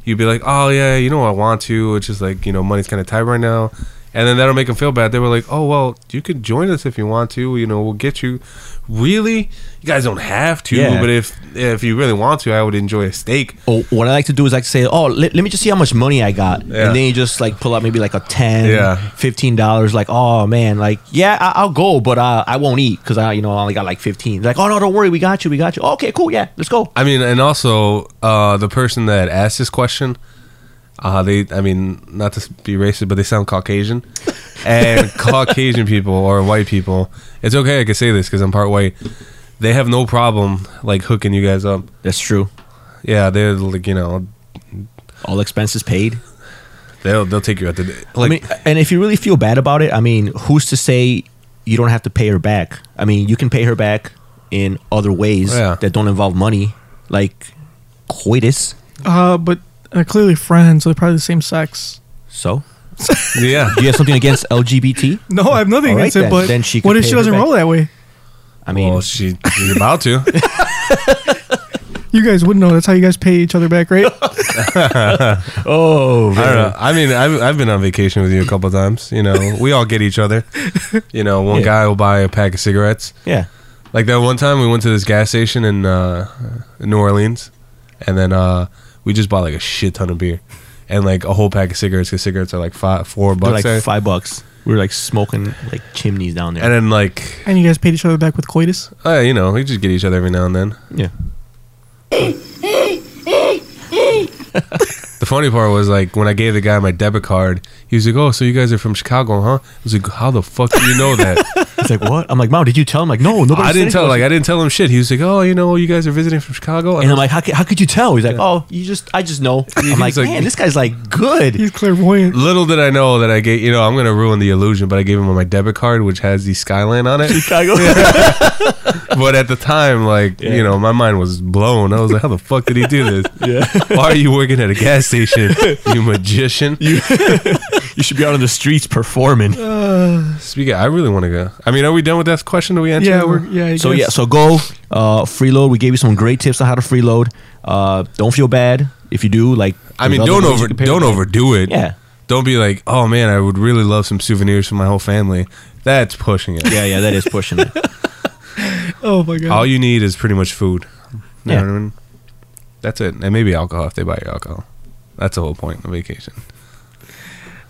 Speaker 4: You'd be like, oh yeah, you know I want to. It's just like you know money's kind of tight right now. And then that'll make them feel bad. They were like, "Oh well, you could join us if you want to. You know, we'll get you." Really, you guys don't have to,
Speaker 5: Yeah.
Speaker 4: but if if you really want to, I would enjoy a steak.
Speaker 5: Oh, what I like to do is like say, oh, let, let me just see how much money I got,
Speaker 4: Yeah.
Speaker 5: and then you just like pull out maybe like a ten,
Speaker 4: Yeah.
Speaker 5: fifteen dollars. Like, oh man, like yeah, I, I'll go, but uh, I won't eat because I, you know, I only got like fifteen. Like, oh no, don't worry, we got you, we got you. Oh, okay, cool, yeah, let's go.
Speaker 4: I mean, and also uh, the person that asked this question, uh, they, I mean, not to be racist, but they sound
Speaker 5: *laughs*
Speaker 4: Caucasian, and Caucasian people or white people. It's okay, I can say this because I'm part white. They have no problem like hooking you guys up.
Speaker 5: That's true.
Speaker 4: Yeah, they're like you know
Speaker 5: All expenses paid.
Speaker 4: they'll they'll take you out to like
Speaker 5: I mean, and if you really feel bad about it, I mean, who's to say you don't have to pay her back? I mean, you can pay her back in other ways
Speaker 4: Yeah.
Speaker 5: that don't involve money, like coitus.
Speaker 3: uh, but they're clearly friends, so they're probably the same sex.
Speaker 5: So, *laughs*
Speaker 4: yeah.
Speaker 5: do you have something against LGBT?
Speaker 3: No, I have nothing
Speaker 5: All right
Speaker 3: against it.
Speaker 5: then.
Speaker 3: But
Speaker 5: Then she
Speaker 3: what
Speaker 5: could
Speaker 3: if
Speaker 5: pay
Speaker 3: she
Speaker 5: her
Speaker 3: doesn't
Speaker 5: back.
Speaker 3: roll that way?
Speaker 5: I mean,
Speaker 4: Well, she she's about
Speaker 5: *laughs*
Speaker 4: to.
Speaker 3: You guys wouldn't know. That's how you guys pay each other back,
Speaker 5: *laughs*
Speaker 3: right?
Speaker 5: oh,
Speaker 4: I don't know. I mean, I've, I've been on vacation with you a couple of times. You know, we all get each other. You know, one
Speaker 5: Yeah.
Speaker 4: guy will buy a pack of cigarettes.
Speaker 5: yeah.
Speaker 4: Like that one time we went to this gas station in uh, New Orleans, and then uh, we just bought like a shit ton of beer and like a whole pack of cigarettes because cigarettes are like five, four
Speaker 5: They're
Speaker 4: bucks. there.
Speaker 5: like five bucks. We were like smoking like chimneys down there.
Speaker 4: and then like,
Speaker 3: and you guys paid each other back with coitus.
Speaker 4: uh, you know, we just get each other every now and then.
Speaker 5: yeah.
Speaker 4: The funny part was like when I gave the guy my debit card, he was like, "Oh, so you guys are from Chicago, huh?" I was like, "How the fuck do you know that?"
Speaker 5: It's like *laughs* what? I'm like, Mom, did you tell him?
Speaker 4: *laughs*
Speaker 5: Like, no, nobody.
Speaker 4: I didn't
Speaker 5: said
Speaker 4: tell
Speaker 5: it."
Speaker 4: like I didn't tell him shit. He was like, "Oh, you know, you guys are visiting from Chicago,"
Speaker 5: And I'm like, how, could- how could you tell? He's like, oh, you just, I
Speaker 4: *laughs*
Speaker 5: just know. I'm like,
Speaker 4: like-
Speaker 5: man, this guy's
Speaker 4: *laughs*
Speaker 5: like good.
Speaker 3: He's clairvoyant.
Speaker 4: Little did I know that I gave, you know, I'm going to ruin the illusion, but I gave him my debit card, which has the Skyline on
Speaker 5: *laughs*
Speaker 4: it.
Speaker 5: Chicago.
Speaker 4: *laughs* But at the time, like, you know, my mind was blown. I was like, how the fuck did he do
Speaker 5: *laughs*
Speaker 4: this? *laughs* Why are you working at a gas station, you magician?
Speaker 5: you should be out on the
Speaker 4: *laughs*
Speaker 5: streets performing.
Speaker 4: Speaking I really want to go. I mean, are we done with that question? Do we answer?
Speaker 3: Yeah,
Speaker 4: that?
Speaker 3: we're yeah. I
Speaker 5: So
Speaker 3: guess.
Speaker 5: yeah, so go uh, freeload. We gave you some great tips on how to freeload. Uh, don't feel bad if you do. Like,
Speaker 4: I mean,
Speaker 5: there's
Speaker 4: don't
Speaker 5: other ways
Speaker 4: over
Speaker 5: you can pay
Speaker 4: don't
Speaker 5: back.
Speaker 4: overdo it.
Speaker 5: Yeah.
Speaker 4: Don't be like, oh man, I would really love some souvenirs for my whole family. That's pushing it.
Speaker 5: Yeah, yeah, that is
Speaker 4: *laughs*
Speaker 5: pushing it.
Speaker 3: Oh my god.
Speaker 4: All you need is pretty much food. You
Speaker 5: Yeah.
Speaker 4: know what I mean? That's it. And maybe alcohol if they buy you alcohol. That's the whole point of
Speaker 5: *laughs*
Speaker 4: vacation.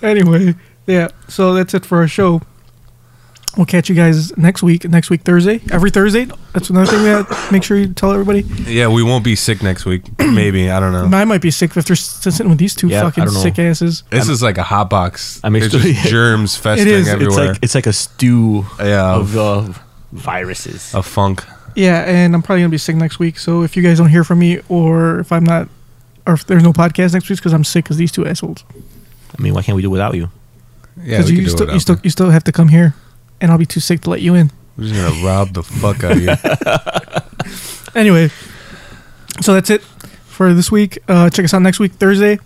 Speaker 3: anyway, yeah. So that's it for our show. We'll catch you guys next week. Next week Thursday, every Thursday. That's another thing we have. to Make sure you tell everybody.
Speaker 4: Yeah, we won't be sick next week. *clears throat* Maybe I don't know.
Speaker 3: I might be sick if they're s- sitting with these two
Speaker 5: Yeah, I
Speaker 3: fucking
Speaker 5: don't know.
Speaker 3: sick asses.
Speaker 4: This is like a hot box.
Speaker 5: I'm
Speaker 4: There's
Speaker 3: *laughs*
Speaker 5: actually-
Speaker 4: just germs festering
Speaker 3: is. It's
Speaker 4: everywhere.
Speaker 5: It's like it's like a stew
Speaker 4: Yeah.
Speaker 5: of uh, viruses.
Speaker 4: a funk.
Speaker 3: Yeah, and I'm probably gonna be sick next week. So if you guys don't hear from me, or if I'm not, or if there's no podcast next week because I'm sick, because these two assholes.
Speaker 5: I mean, why can't we do without you?
Speaker 4: Yeah,
Speaker 3: Because
Speaker 4: we
Speaker 3: you,
Speaker 4: could do
Speaker 3: still,
Speaker 4: it
Speaker 3: you still you still have to come here, and I'll be too sick to let you in.
Speaker 4: We're just gonna rob the fuck
Speaker 3: *laughs*
Speaker 4: out of you.
Speaker 3: Anyway, so that's it for this week. Uh, check us out next week Thursday.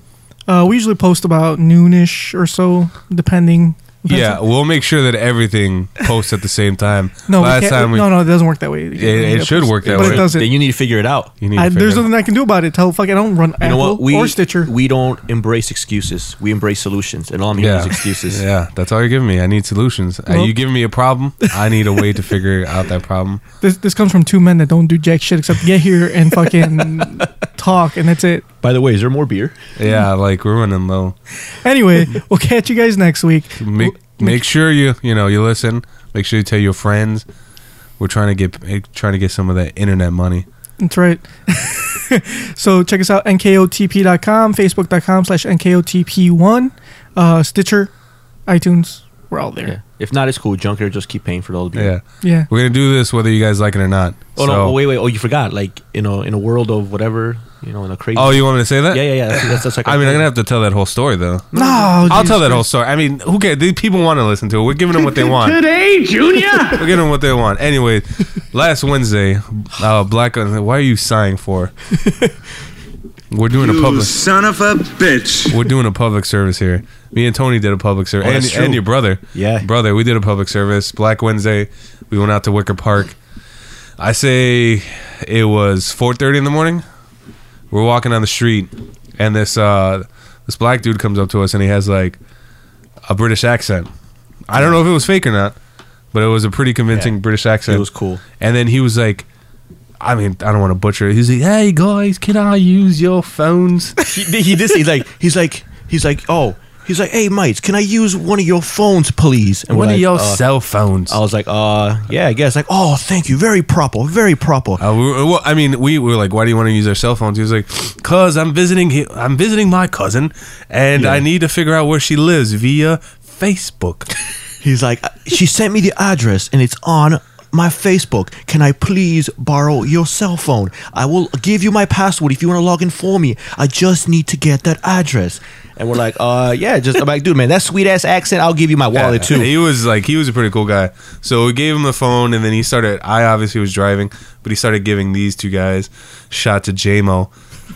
Speaker 3: Uh, we usually post about noonish or so, depending.
Speaker 4: yeah, we'll make sure that everything posts at the same time.
Speaker 3: No, we
Speaker 4: last
Speaker 3: can't-
Speaker 4: time we.
Speaker 3: no, no, it doesn't work that way.
Speaker 4: it
Speaker 3: Yeah,
Speaker 4: should
Speaker 3: post-
Speaker 4: work that
Speaker 3: but
Speaker 4: way.
Speaker 3: it doesn't.
Speaker 5: Then you need to figure it out.
Speaker 4: You need to
Speaker 3: I,
Speaker 4: figure
Speaker 3: there's
Speaker 4: it out.
Speaker 3: nothing I can do about it. Tell fuck I don't run
Speaker 5: You
Speaker 3: Apple
Speaker 5: know what? We
Speaker 3: or Stitcher.
Speaker 5: We don't embrace excuses. We embrace solutions, and all I'm hearing
Speaker 4: Yeah,
Speaker 5: is
Speaker 4: *laughs*
Speaker 5: excuses.
Speaker 4: Yeah, that's all you're giving me. I need solutions. Are
Speaker 3: Well-
Speaker 4: you giving me a problem? I need a way to figure out that problem.
Speaker 3: This this comes from two men that don't do jack shit except get here
Speaker 4: *laughs*
Speaker 3: and fucking talk, and that's it.
Speaker 5: By the way, is there more beer?
Speaker 4: Yeah, like we're running low.
Speaker 3: Anyway, we'll catch you guys next week.
Speaker 4: Make make sure you you know you listen. Make sure you tell your friends. We're trying to get trying to get some of that internet money.
Speaker 3: That's right. *laughs* so check us out, nkotp.com, facebook.com slash nkotp1, uh, Stitcher, iTunes. We're all there.
Speaker 5: Yeah. If not, it's cool. Junker, just keep paying for all the beer.
Speaker 4: Yeah,
Speaker 3: Yeah.
Speaker 4: we're gonna do this whether you guys like it or not.
Speaker 5: Oh
Speaker 4: So-
Speaker 5: no! Oh, wait, wait! Oh, you forgot. Like you know, in a world of whatever, you know, in a crazy.
Speaker 4: Oh, you want me to say that?
Speaker 5: Yeah, yeah, yeah. That's, that's, that's like
Speaker 4: I mean, I'm gonna have to tell that whole story
Speaker 5: *laughs*
Speaker 4: though.
Speaker 3: No,
Speaker 4: I'll
Speaker 3: Jesus
Speaker 4: tell that whole
Speaker 3: Christ.
Speaker 4: story. I mean, who cares? These people want to listen to it. We're giving them
Speaker 6: *laughs*
Speaker 4: what they want.
Speaker 6: Today, Junior!
Speaker 4: *laughs* We're giving them what they want.
Speaker 6: *laughs*
Speaker 4: Anyway, last Wednesday, uh, Black. Why are you sighing
Speaker 6: *laughs*
Speaker 4: for? We're doing a public.
Speaker 2: son of a bitch.
Speaker 4: We're doing a public service here. Me and Tony did a public service,
Speaker 5: Oh,
Speaker 4: and,
Speaker 5: that's true.
Speaker 4: and your brother.
Speaker 5: Yeah.
Speaker 4: brother, we did a public service. Black Wednesday, we went out to Wicker Park. I say it was 4:30 in the morning. We're walking down the street, and this uh, this black dude comes up to us, and he has like a British accent. I don't know if it was fake or not, but it was a pretty convincing
Speaker 5: Yeah.
Speaker 4: British accent.
Speaker 5: It was cool.
Speaker 4: And then he was like. I mean, I don't want to butcher it. He's like, "Hey guys, can I use your phones?"
Speaker 5: he, he did say like he's like he's like oh he's like hey mates can I use one of your phones please and
Speaker 4: One
Speaker 5: we're
Speaker 4: of
Speaker 5: like,
Speaker 4: your
Speaker 5: uh,
Speaker 4: cell phones.
Speaker 5: I was like uh yeah I guess like oh thank you very proper very proper
Speaker 4: Uh, we were, well, I mean, we were like, "Why do you want to use our cell phones?" He was like, "Cause I'm visiting. hi- I'm visiting my cousin, and I need to figure out where she lives via
Speaker 5: *laughs*
Speaker 4: Facebook."
Speaker 5: he's like uh, she sent me the address and it's on my Facebook can I please borrow your cell phone I will give you my password if you want to log in for me I just need to get that address and we're like uh yeah just I'm like dude man that sweet ass accent I'll give you my wallet
Speaker 4: Yeah,
Speaker 5: too
Speaker 4: He was like, he was a pretty cool guy. So we gave him the phone, and then he started. I obviously was driving, but he started giving these two guys shot to JMO.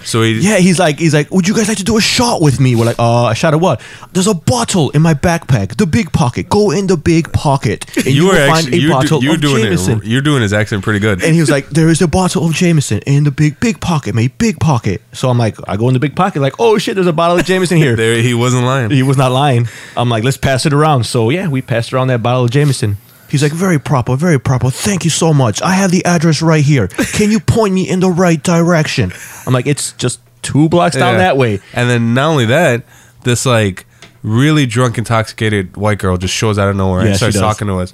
Speaker 4: So he
Speaker 5: Yeah, he's like, he's like, would you guys like to do a shot with me? We're like, uh, a shot of what? There's a bottle in my backpack, the big pocket. Go in the big pocket, and
Speaker 4: you,
Speaker 5: you,
Speaker 4: were
Speaker 5: will find
Speaker 4: actually
Speaker 5: a
Speaker 4: you
Speaker 5: bottle
Speaker 4: do, you're
Speaker 5: of
Speaker 4: doing
Speaker 5: Jameson.
Speaker 4: it. You're doing his accent pretty good.
Speaker 5: And he was like, there is a bottle of Jameson in the big big pocket, mate, big pocket. So I'm like, I go in the big pocket, like, oh shit, there's a bottle of Jameson
Speaker 4: *laughs*
Speaker 5: here.
Speaker 4: there, he wasn't lying.
Speaker 5: he was not lying. I'm like, let's pass it around. So yeah, we passed around that bottle of Jameson. He's like, very proper, very proper. Thank you so much. I have the address right here. Can you point me in the right direction? I'm like, it's just two blocks down
Speaker 4: Yeah.
Speaker 5: that way.
Speaker 4: And then not only that, this like really drunk, intoxicated white girl just shows out of nowhere
Speaker 5: Yeah,
Speaker 4: and
Speaker 5: she
Speaker 4: starts
Speaker 5: does.
Speaker 4: talking to us.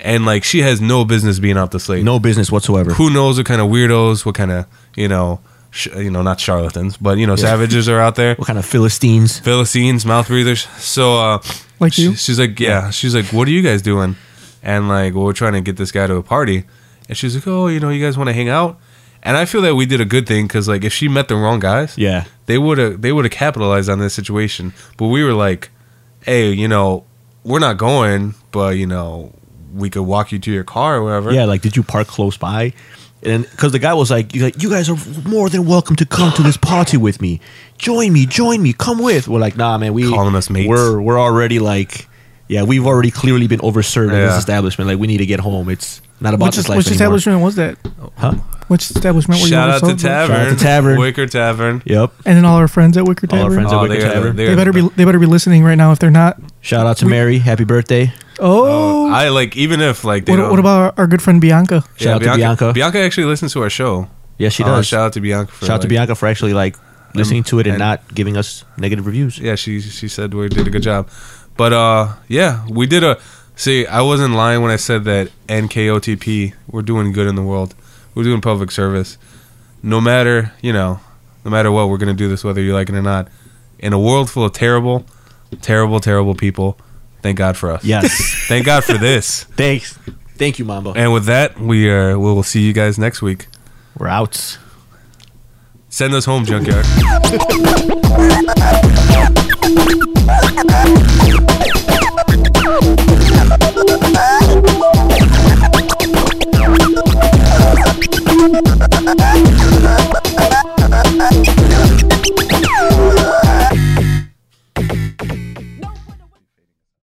Speaker 4: And like she has no business being out this late.
Speaker 5: No business whatsoever.
Speaker 4: Who knows what kind of weirdos, what kind of you know, sh- you know, not charlatans, but you know, savages are out there.
Speaker 5: What kind of Philistines?
Speaker 4: Philistines, mouth breathers. So, uh,
Speaker 3: Like
Speaker 4: she-
Speaker 3: you?
Speaker 4: she's like, yeah. She's like, what are you guys doing? And like, well, we're trying to get this guy to a party. And she's like, oh, you know, you guys want to hang out? And I feel that we did a good thing because like, if she met the wrong guys,
Speaker 5: Yeah.
Speaker 4: they would have they would have capitalized on this situation. But we were like, hey, you know, we're not going, but you know, we could walk you to your car or whatever.
Speaker 5: Yeah, like did you park close by? And because the guy was like, you like, you guys are more than welcome to come to this party with me. Join me, join me, come with. We're like, nah, man, we
Speaker 4: Calling us mates.
Speaker 5: We're we're already like, yeah, we've already clearly been overserved in
Speaker 4: Yeah.
Speaker 5: this establishment. Like, we need to get home. It's not about
Speaker 3: Which,
Speaker 5: this
Speaker 3: is,
Speaker 5: life
Speaker 3: which
Speaker 5: anymore.
Speaker 3: establishment was that?
Speaker 5: Huh?
Speaker 3: Which establishment were you
Speaker 4: Shout
Speaker 3: on
Speaker 4: out to
Speaker 3: South Beach?
Speaker 4: Tavern.
Speaker 5: Shout out to
Speaker 4: *laughs*
Speaker 5: Tavern.
Speaker 4: Wicker Tavern.
Speaker 5: Yep.
Speaker 3: And then all our friends at Wicker
Speaker 5: All
Speaker 3: Tavern.
Speaker 5: our friends at
Speaker 4: Oh,
Speaker 5: Wicker
Speaker 4: they are-
Speaker 5: Tavern.
Speaker 4: they are-
Speaker 3: They better be they better be listening right now if they're not.
Speaker 5: Shout out to Mary. Happy birthday.
Speaker 3: Oh,
Speaker 4: I like even if like they
Speaker 3: what,
Speaker 4: don't-
Speaker 3: what about our, our good friend Bianca?
Speaker 5: Shout out to Bianca.
Speaker 4: Bianca actually listens to our show.
Speaker 5: Yeah, she
Speaker 4: Uh,
Speaker 5: does.
Speaker 4: shout out to Bianca. For
Speaker 5: Shout out to
Speaker 4: like-
Speaker 5: Bianca for actually like listening to it and,
Speaker 4: and-
Speaker 5: not giving us negative reviews.
Speaker 4: Yeah, she she said we did a good job, but uh, yeah, we did a See, I wasn't lying when I said that NKOTP, we're doing good in the world. We're doing public service. No matter, you know, no matter what, we're going to do this whether you like it or not. In a world full of terrible, terrible, terrible people, thank God for us. *laughs*
Speaker 5: Yes.
Speaker 4: Thank God for this.
Speaker 5: Thanks. Thank you, Mambo.
Speaker 4: And with that, we are we will see you guys next week.
Speaker 5: We're out.
Speaker 4: Send us home, junkyard.
Speaker 2: Thank you.